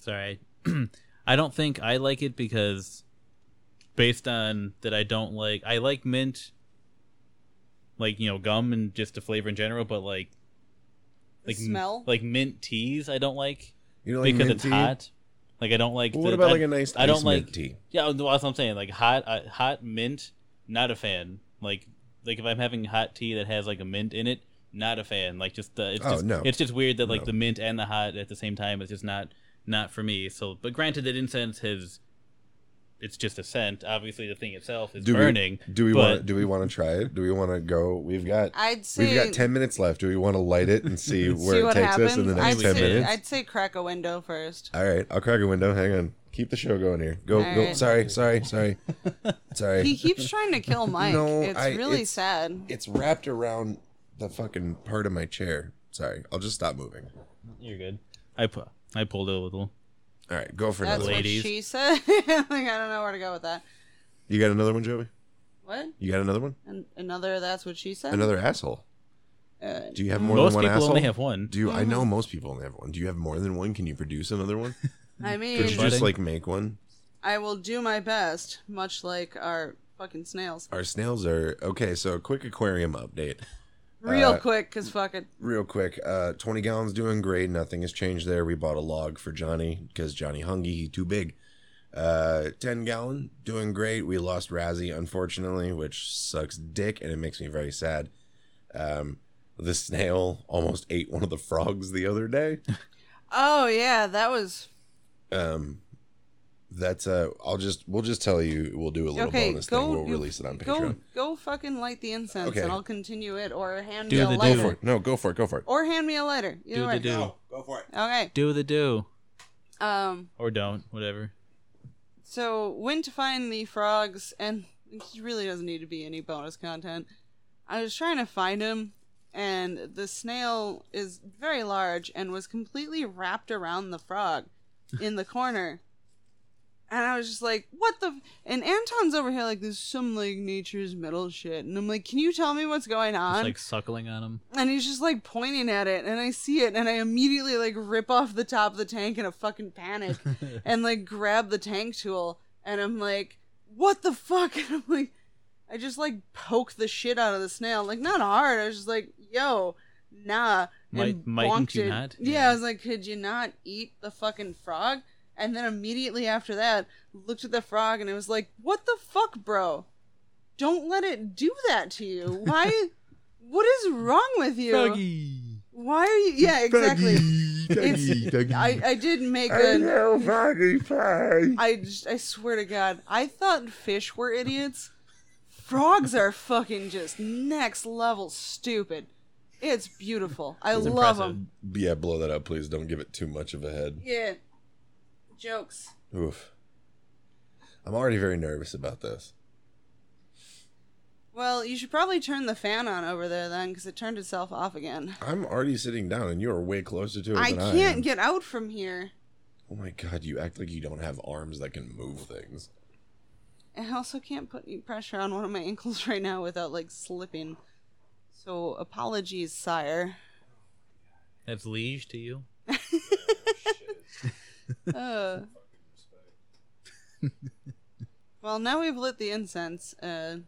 sorry. I don't think I like it because based on that I don't like I like mint like you know gum and just the flavor in general but like
The
like m-
smell?
like mint teas I don't like,
You know, like
because
mint
it's
tea?
hot like I don't like
Well,
the-
what about
I-
like a nice
I don't
iced
like
mint tea?
yeah well, that's what I'm saying like hot uh, hot mint not a fan like like if I'm having hot tea that has like a mint in it not a fan like just uh, it's
Oh,
just
no.
it's just weird that like
No.
the mint and the hot at the same time is just not not for me so but granted that incense has it's just a scent. Obviously, the thing itself is burning.
We, do we
but
want? Do we want to try it? Do we want to go? We've got.
I'd say.
We've got ten minutes left. Do we want to light it and see where
see
it
what
takes
happens.
us in the next
I'd
ten
say,
minutes?
I'd say crack a window first.
All right, I'll crack a window. Hang on. Keep the show going here. Go,
All
go.
right.
Sorry, sorry, sorry, sorry.
He keeps trying to kill Mike.
No,
it's
I-
really
it's-
sad.
It's wrapped around the fucking part of my chair. Sorry, I'll just stop moving.
You're good. I pu- I pulled it a little.
All right, go for
That's
another. one.
what
Ladies.
she said. like I don't know where to go with that.
You got another one, Joey?
What?
You got another one?
An- another? That's what she said.
Another asshole?
Uh,
Do you have more
Most
than one
people
asshole?
only have one.
Do you, I know most people only have one. Do you have more than one? Can you produce another one?
I mean,
Could you just like make one?
I will do my best, much like our fucking snails.
Our snails are okay. So, quick aquarium update.
Real
Uh,
quick, because fucking.
Real quick, uh, twenty gallons doing great. Nothing has changed there. We bought a log for Johnny because Johnny hungry. He too big. Uh, ten gallon doing great. We lost Razzie unfortunately, which sucks dick, and it makes me very sad. Um, the snail almost ate one of the frogs the other day.
Oh, yeah, that was.
Um, that's uh, I'll just we'll just tell you we'll do a little
okay,
bonus
go.
thing. We'll
you-
release it on Patreon.
Go, go fucking light the incense
Okay.
and I'll continue it or hand
Do
me
the
a
do.
lighter.
Go for it. No, go for it. Go for it.
Or hand me a lighter. Either
Do the
way.
do.
oh.
go for it.
Okay.
Do the do.
Um,
Or don't, whatever.
so when to find the frogs, and it really doesn't need to be any bonus content. I was trying to find him, and the snail is very large and was completely wrapped around the frog in the corner. And I was just like, what the? And Anton's over here like, there's some like nature's metal shit. And I'm like, can you tell me what's going
Just
on?
like suckling on him.
and he's just like pointing at it and i see it and i immediately like rip off the top of the tank in a fucking panic and like grab the tank tool and i'm like what the fuck and i'm like i just like poke the shit out of the snail like not hard i was just like yo nah
Might-
and
mightn't
bonked
you
it.
not?
yeah i was like could you not eat the fucking frog and then immediately after that looked at the frog and i was like what the fuck bro don't let it do that to you why what is wrong with you? Why are you? Yeah, exactly. It's- I, I did make
I
a.
know
Froggy Pie.
I just, I swear to God, I thought fish were idiots. Frogs are fucking just next level stupid. It's beautiful. I
It's
love
impressive.
them.
Yeah, blow that up, please. Don't give it too much of a head.
Yeah. Jokes.
Oof. I'm already very nervous about this.
Well, you should probably turn the fan on over there then, because it turned itself off again.
I'm already sitting down, and you are way closer to it
I
than
can't
I am.
get out from here.
Oh my god, you act like you don't have arms that can move things.
I also can't put any pressure on one of my ankles right now without like slipping. So apologies, sire.
That's liege to you.
Uh, well, now we've lit the incense. Uh,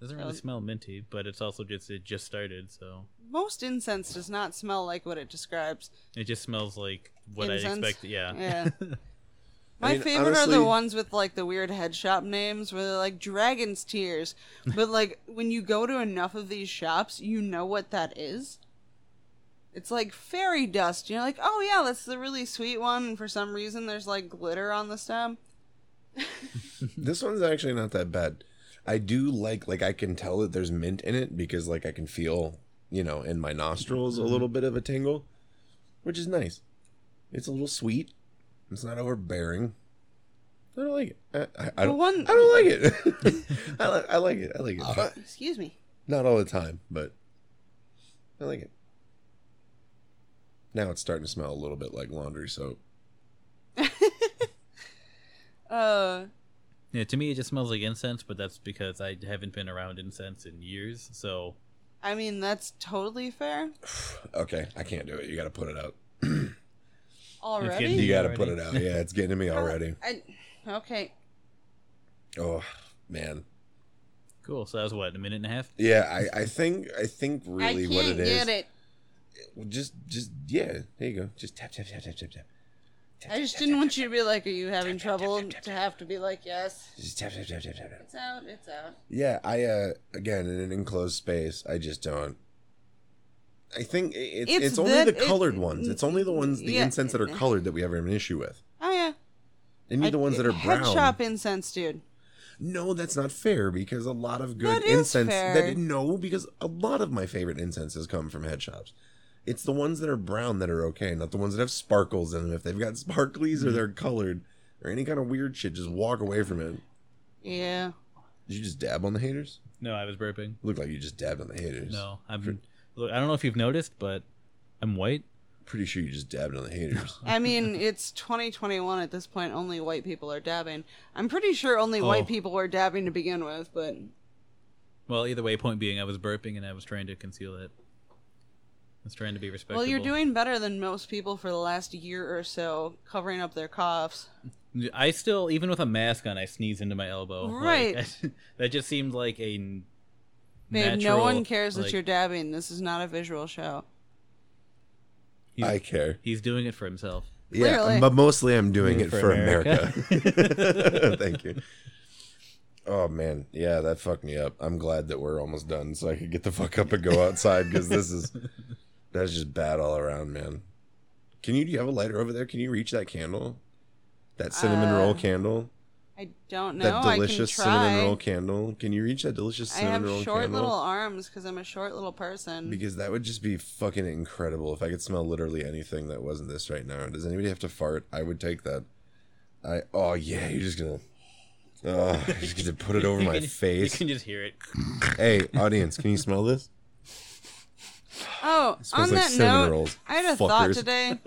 Doesn't really
Um,
smell minty, but it's also just it just started, so
most incense does not smell like what it describes.
it just smells like what I
Incense?
expected. Yeah.
Yeah. My
mean,
favorite are
honestly-
the ones with like the weird head shop names where they're like dragon's tears. But like when you go to enough of these shops, you know what that is. It's like fairy dust. You're like, oh yeah, that's the really sweet one. And for some reason, there's like glitter on the stem.
this one's actually not that bad. I do like like I can tell that there's mint in it because like I can feel, you know, in my nostrils a little bit of a tingle, which is nice. It's a little sweet. It's not overbearing. I don't like it. I, I,
The
I don't,
one-
I don't like it. I, li- I like it. I like it.
Excuse me.
Not all the time, but I like it. Now it's starting to smell a little bit like laundry soap.
Uh,
Yeah, to me it just smells like incense, but that's because I haven't been around incense in years, so
I mean that's totally fair.
Okay, I can't do it. You got to put it out.
Already.
You got to
Already.
put it out. Yeah, it's getting to me already.
I, okay.
Oh man,
cool. So that was what, a minute and a half?
yeah. I, I think I think really
I can't
what it is.
get it.
Well, Just just yeah. There you go. Just tap tap tap tap tap tap.
I just didn't want you to be like, "Are you having trouble?" To have to be like, "Yes,
Just tap tap tap tap tap. tap.
it's out, it's out."
Yeah, I uh again in an enclosed space, I just don't. I think i- it's
It's
it's, only
that-
the
it-
colored ones. It's only the ones the
yeah.
incense that are colored that we have an issue with.
Oh yeah.
They need the ones that are
Head
brown.
shop incense, dude.
No, that's not fair because a lot of good
That is
incense
fair.
that no, because a lot of my favorite incenses come from head shops. It's the ones that are brown that are okay, not the ones that have sparkles in them. If they've got sparklies
Mm-hmm.
or they're colored or any kind of weird shit, just walk away from it.
Yeah.
Did you just dab on the haters?
No, I was burping.
Looked like you just dabbed on the haters.
No, I'm. Look, I don't know if you've noticed, but I'm white.
Pretty sure you just dabbed on the haters.
I mean, it's 2021 at this point. Only white people are dabbing. I'm pretty sure only white
Oh.
people were dabbing to begin with, but
well, either way, point being, I was burping and I was trying to conceal it. It's trying to be respectful.
Well, you're doing better than most people for the last year or so, covering up their coughs.
I still, even with a mask on, I sneeze into my elbow. Like,
Right.
I- that just seemed like a. n-
Babe,
natural,
no one cares that
like,
you're dabbing. This is not a visual show.
he's-
I care.
He's doing it for himself.
Yeah,
Clearly.
but mostly I'm doing it for America. Thank you. Oh man, yeah, that fucked me up. I'm glad that we're almost done, so I could get the fuck up and go outside because this is that's just bad all around, man. Can you? Do you have a lighter over there? Can you reach that candle? That cinnamon
Uh,
roll candle.
I don't know.
that delicious
I can try.
cinnamon roll candle. Can you reach that delicious
I
cinnamon
have
roll
short
candle?
little arms because I'm a short little
Um,
person.
Because that would just be fucking incredible if I could smell literally anything that wasn't this right now. Does anybody have to fart? I would take that. I oh yeah, you're just gonna. Oh, you're just gonna put it over
You
my
can-
face.
You can just hear it.
hey, audience, can you smell this?
Oh,
smells
on
like
that
cinnamon
note,
rolls,
I had a thought
fuckers.
today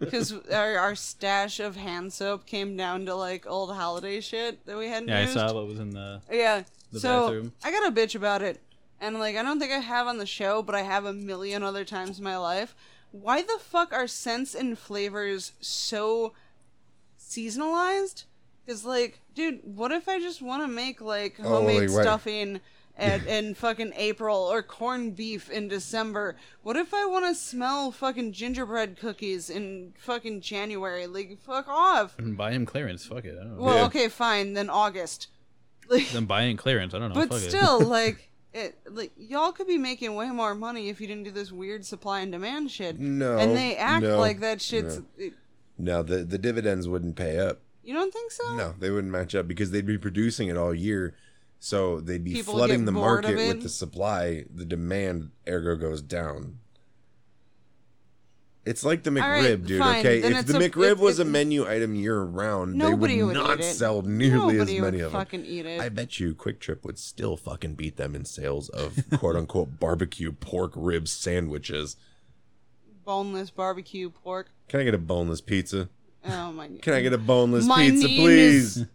because our, our stash of hand soap came down to like old holiday shit that we hadn't
Yeah, I
used.
saw what was in the.
Yeah.
The
so
bathroom.
I got a bitch about it, and like I don't think I have on the show, but I have a million other times in my life. Why the fuck are scents and flavors so seasonalized? Because like, dude, what if I just want to make like
Oh,
homemade
like, right.
stuffing? At, in fucking April or corned beef in December. What if I want to smell fucking gingerbread cookies in fucking January? Like, fuck off.
Buy him clearance. Fuck it. I don't know.
Well, okay, fine. Then August.
Then buy him clearance. I don't know.
But
Oh, fuck it.
still, like, it, like y'all could be making way more money if you didn't do this weird supply and demand shit.
No,
and they act
no,
like that shit's.
no. No, the the dividends wouldn't pay up.
You don't think so?
No, they wouldn't match up because they'd be producing it all year, so they'd be
People
flooding
get
the
bored of
market
it.
with the supply. The demand, ergo, goes down. It's like the McRib,
All right,
dude.
fine,
Okay,
then
if
it's
the
a-
McRib
it-
was a
it-
menu item year round, they would,
Nobody would
not
eat it.
sell nearly
Nobody
as many
would
of
fucking
them.
eat it.
I bet you Quick Trip would still fucking beat them in sales of quote unquote barbecue pork rib sandwiches.
Boneless barbecue pork.
Can I get a boneless pizza?
Oh my god.
Can I get a boneless
My
pizza,
name
please?
is-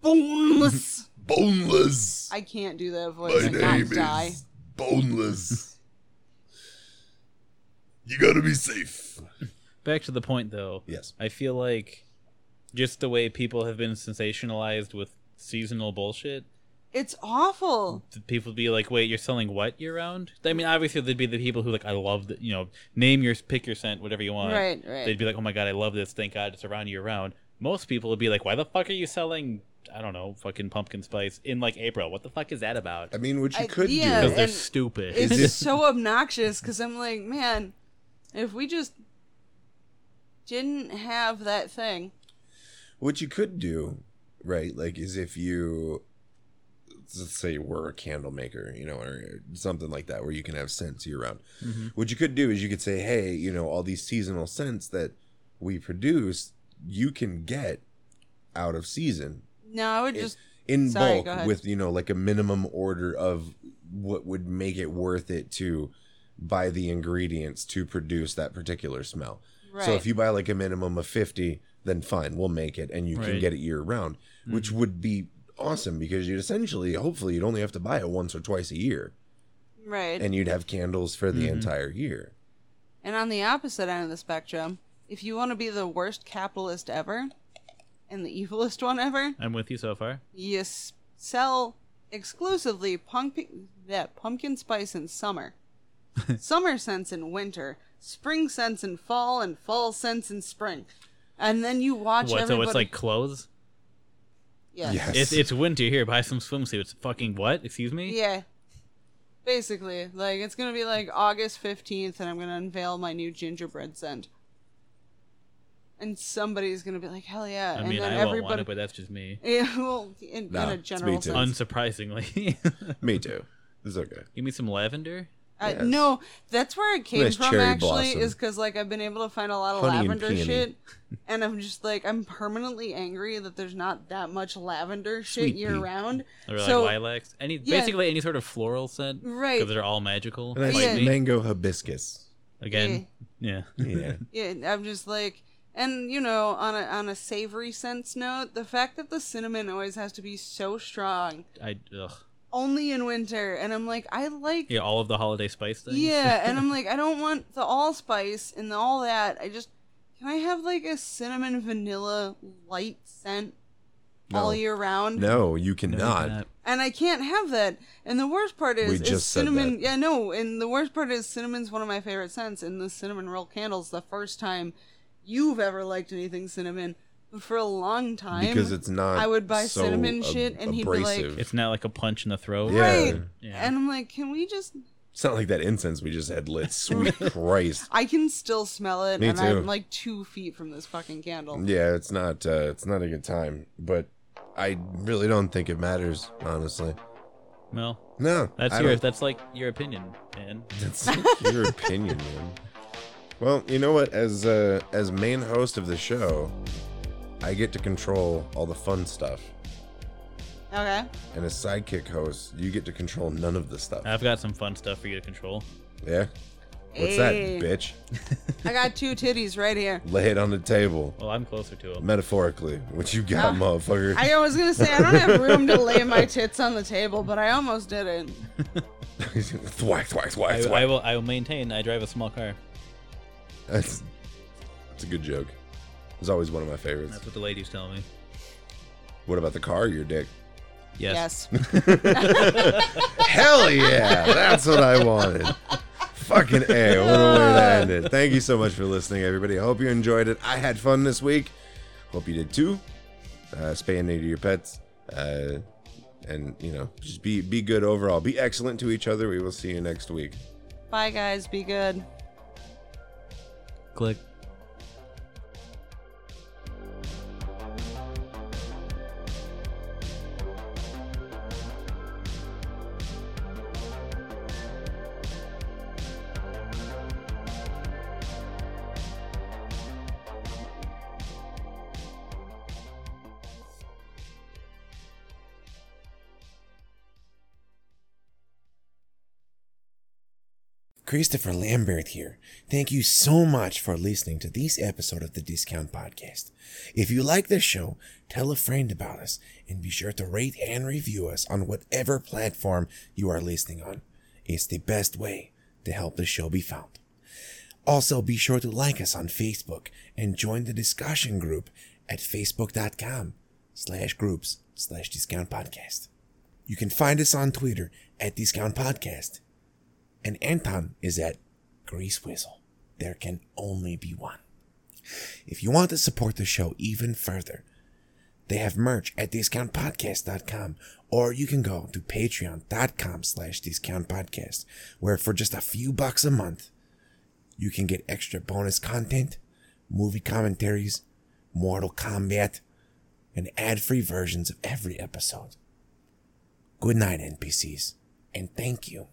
boneless?
boneless.
I can't do that voice. I
My
can't
name is-
die.
boneless. you gotta be safe.
Back to the point, though.
Yes.
I feel like just the way people have been sensationalized with seasonal bullshit,
It's awful.
the people would be like, "Wait, you're selling what year round?" I mean, obviously, there'd be the people who like, "I love that," you know, name your pick your scent, whatever you want.
Right, right.
They'd be like, "Oh my god, I love this! Thank God it's around year round." Most people would be like, "Why the fuck are you selling?" I don't know, fucking pumpkin spice in like April. What the fuck is that about?
I mean, what you
I-
could
yeah,
do
because they're
and
stupid.
It's so obnoxious because I'm like, man, if we just didn't have that thing,
What you could do, right? Like, is if you, let's say, were a candle maker, you know, or something like that, where you can have scents year round.
Mhm.
What you could do is you could say, hey, you know, all these seasonal scents that we produce, you can get out of season.
no, I would
It-
just
in
Sorry, go
bulk
ahead.
with you know like a minimum order of what would make it worth it to buy the ingredients to produce that particular smell. So
Right.
if you buy like a minimum of 50, then fine, we'll make it and you can
Right.
get it year round, which would be awesome because you'd essentially hopefully you'd only have to buy it once or twice a year
right.
and you'd have candles for the entire year.
And on the opposite end of the spectrum, if you want to be the worst capitalist ever and the evilest one ever,
I'm with you so far.
you s- sell exclusively pumpkin that pumpkin spice in summer, summer scents in winter, spring scents in fall, and fall scents in spring. And then you watch
what?
everybody.
So it's like clothes.
yes.
Yes.
It's it's winter here. Buy some swimsuits. Fucking what? Excuse me.
Yeah. Basically, like it's gonna be like August fifteenth, and I'm gonna unveil my new gingerbread scent. And somebody's gonna be like, "Hell yeah!"
I
and
mean,
then
I won't
everybody,
want it, but that's just me.
yeah, well, in,
Nah,
in a
it's me
general
too.
sense.
Unsurprisingly,
Me too. It's okay.
give me some lavender.
Uh,
Yes.
No, that's where it came
Nice
from.
cherry
Actually,
blossom.
is because like I've been able to find a lot of
Honey and
lavender
peony.
shit, and I'm just like I'm permanently angry that there's not that much lavender shit
Sweet pea.
year round.
Or like
so
lilacs. Any
Yeah.
basically any sort of floral scent.
Right.
Because they're all magical.
And I
Bite
Yeah.
said
me.
mango hibiscus.
eh.
Again. Yeah.
Yeah.
Yeah, I'm just like, and you know, on a on a savory sense note, the fact that the cinnamon always has to be so strong
I ugh.
only in winter. And I'm like, I like
Yeah, all of the holiday spice things.
Yeah, and I'm like, I don't want the allspice and the, all that. I just can I have like a cinnamon vanilla light scent all year round?
No, you cannot.
And I can't have that. And the worst part is,
We
is
just said
cinnamon. Yeah, no. And the worst part is cinnamon's one of my favorite scents. And the cinnamon roll candles, the first time you've ever liked anything cinnamon. But for a long time,
Because it's not
I would buy
so
cinnamon
ab-
shit, and he'd be like,
it's not like a punch in the throat.
Yeah.
right. And I'm like, can we just
It's not like that incense we just had lit. Sweet Christ.
I can still smell it,
Me
and I'm
too.
like two feet from this fucking candle.
Yeah, it's not. Uh, it's not a good time. But I really don't think it matters, honestly.
Well,
no,
That's
I
your
don't-
that's like your opinion, man.
That's like your opinion, man. Well, you know what? As uh, as main host of the show, I get to control all the fun stuff,
Okay.
and as sidekick host, you get to control none of the stuff.
I've got some fun stuff for you to control.
Yeah. What's
Hey.
that, bitch?
I got two titties right here.
Lay it on the table.
Well, I'm closer to him.
Metaphorically, what you got,
Ah,
motherfucker?
I was gonna say I don't have room to lay my tits on the table, but I almost didn't.
thwack, thwack, thwack,
I,
thwack.
I will I will maintain. I drive a small car.
That's, that's a good joke. It's always one of my favorites.
That's what the ladies tell me.
What about the car, or your dick?
Yes.
Hell yeah! That's what I wanted. Fucking A. What a way to end it. Thank you so much for listening, everybody. I hope you enjoyed it. I had fun this week. Hope you did too. Uh, spay and neuter your pets. Uh, and, you know, just be, be good overall. Be excellent to each other. We will see you next week.
Bye, guys. Be good.
Click.
Christopher Lambert here. Thank you so much for listening to this episode of the Discount Podcast. If you like this show, tell a friend about us and be sure to rate and review us on whatever platform you are listening on. It's the best way to help the show be found. Also, be sure to like us on Facebook and join the discussion group at facebook.com slash groups slash discount podcast. You can find us on Twitter at discount podcast and Anton is at Grease Whistle. There can only be one. If you want to support the show even further, they have merch at discountpodcast.com or you can go to patreon.com slash discountpodcast where for just a few bucks a month, you can get extra bonus content, movie commentaries, Mortal Kombat, and ad-free versions of every episode. Good night, NPCs, and thank you.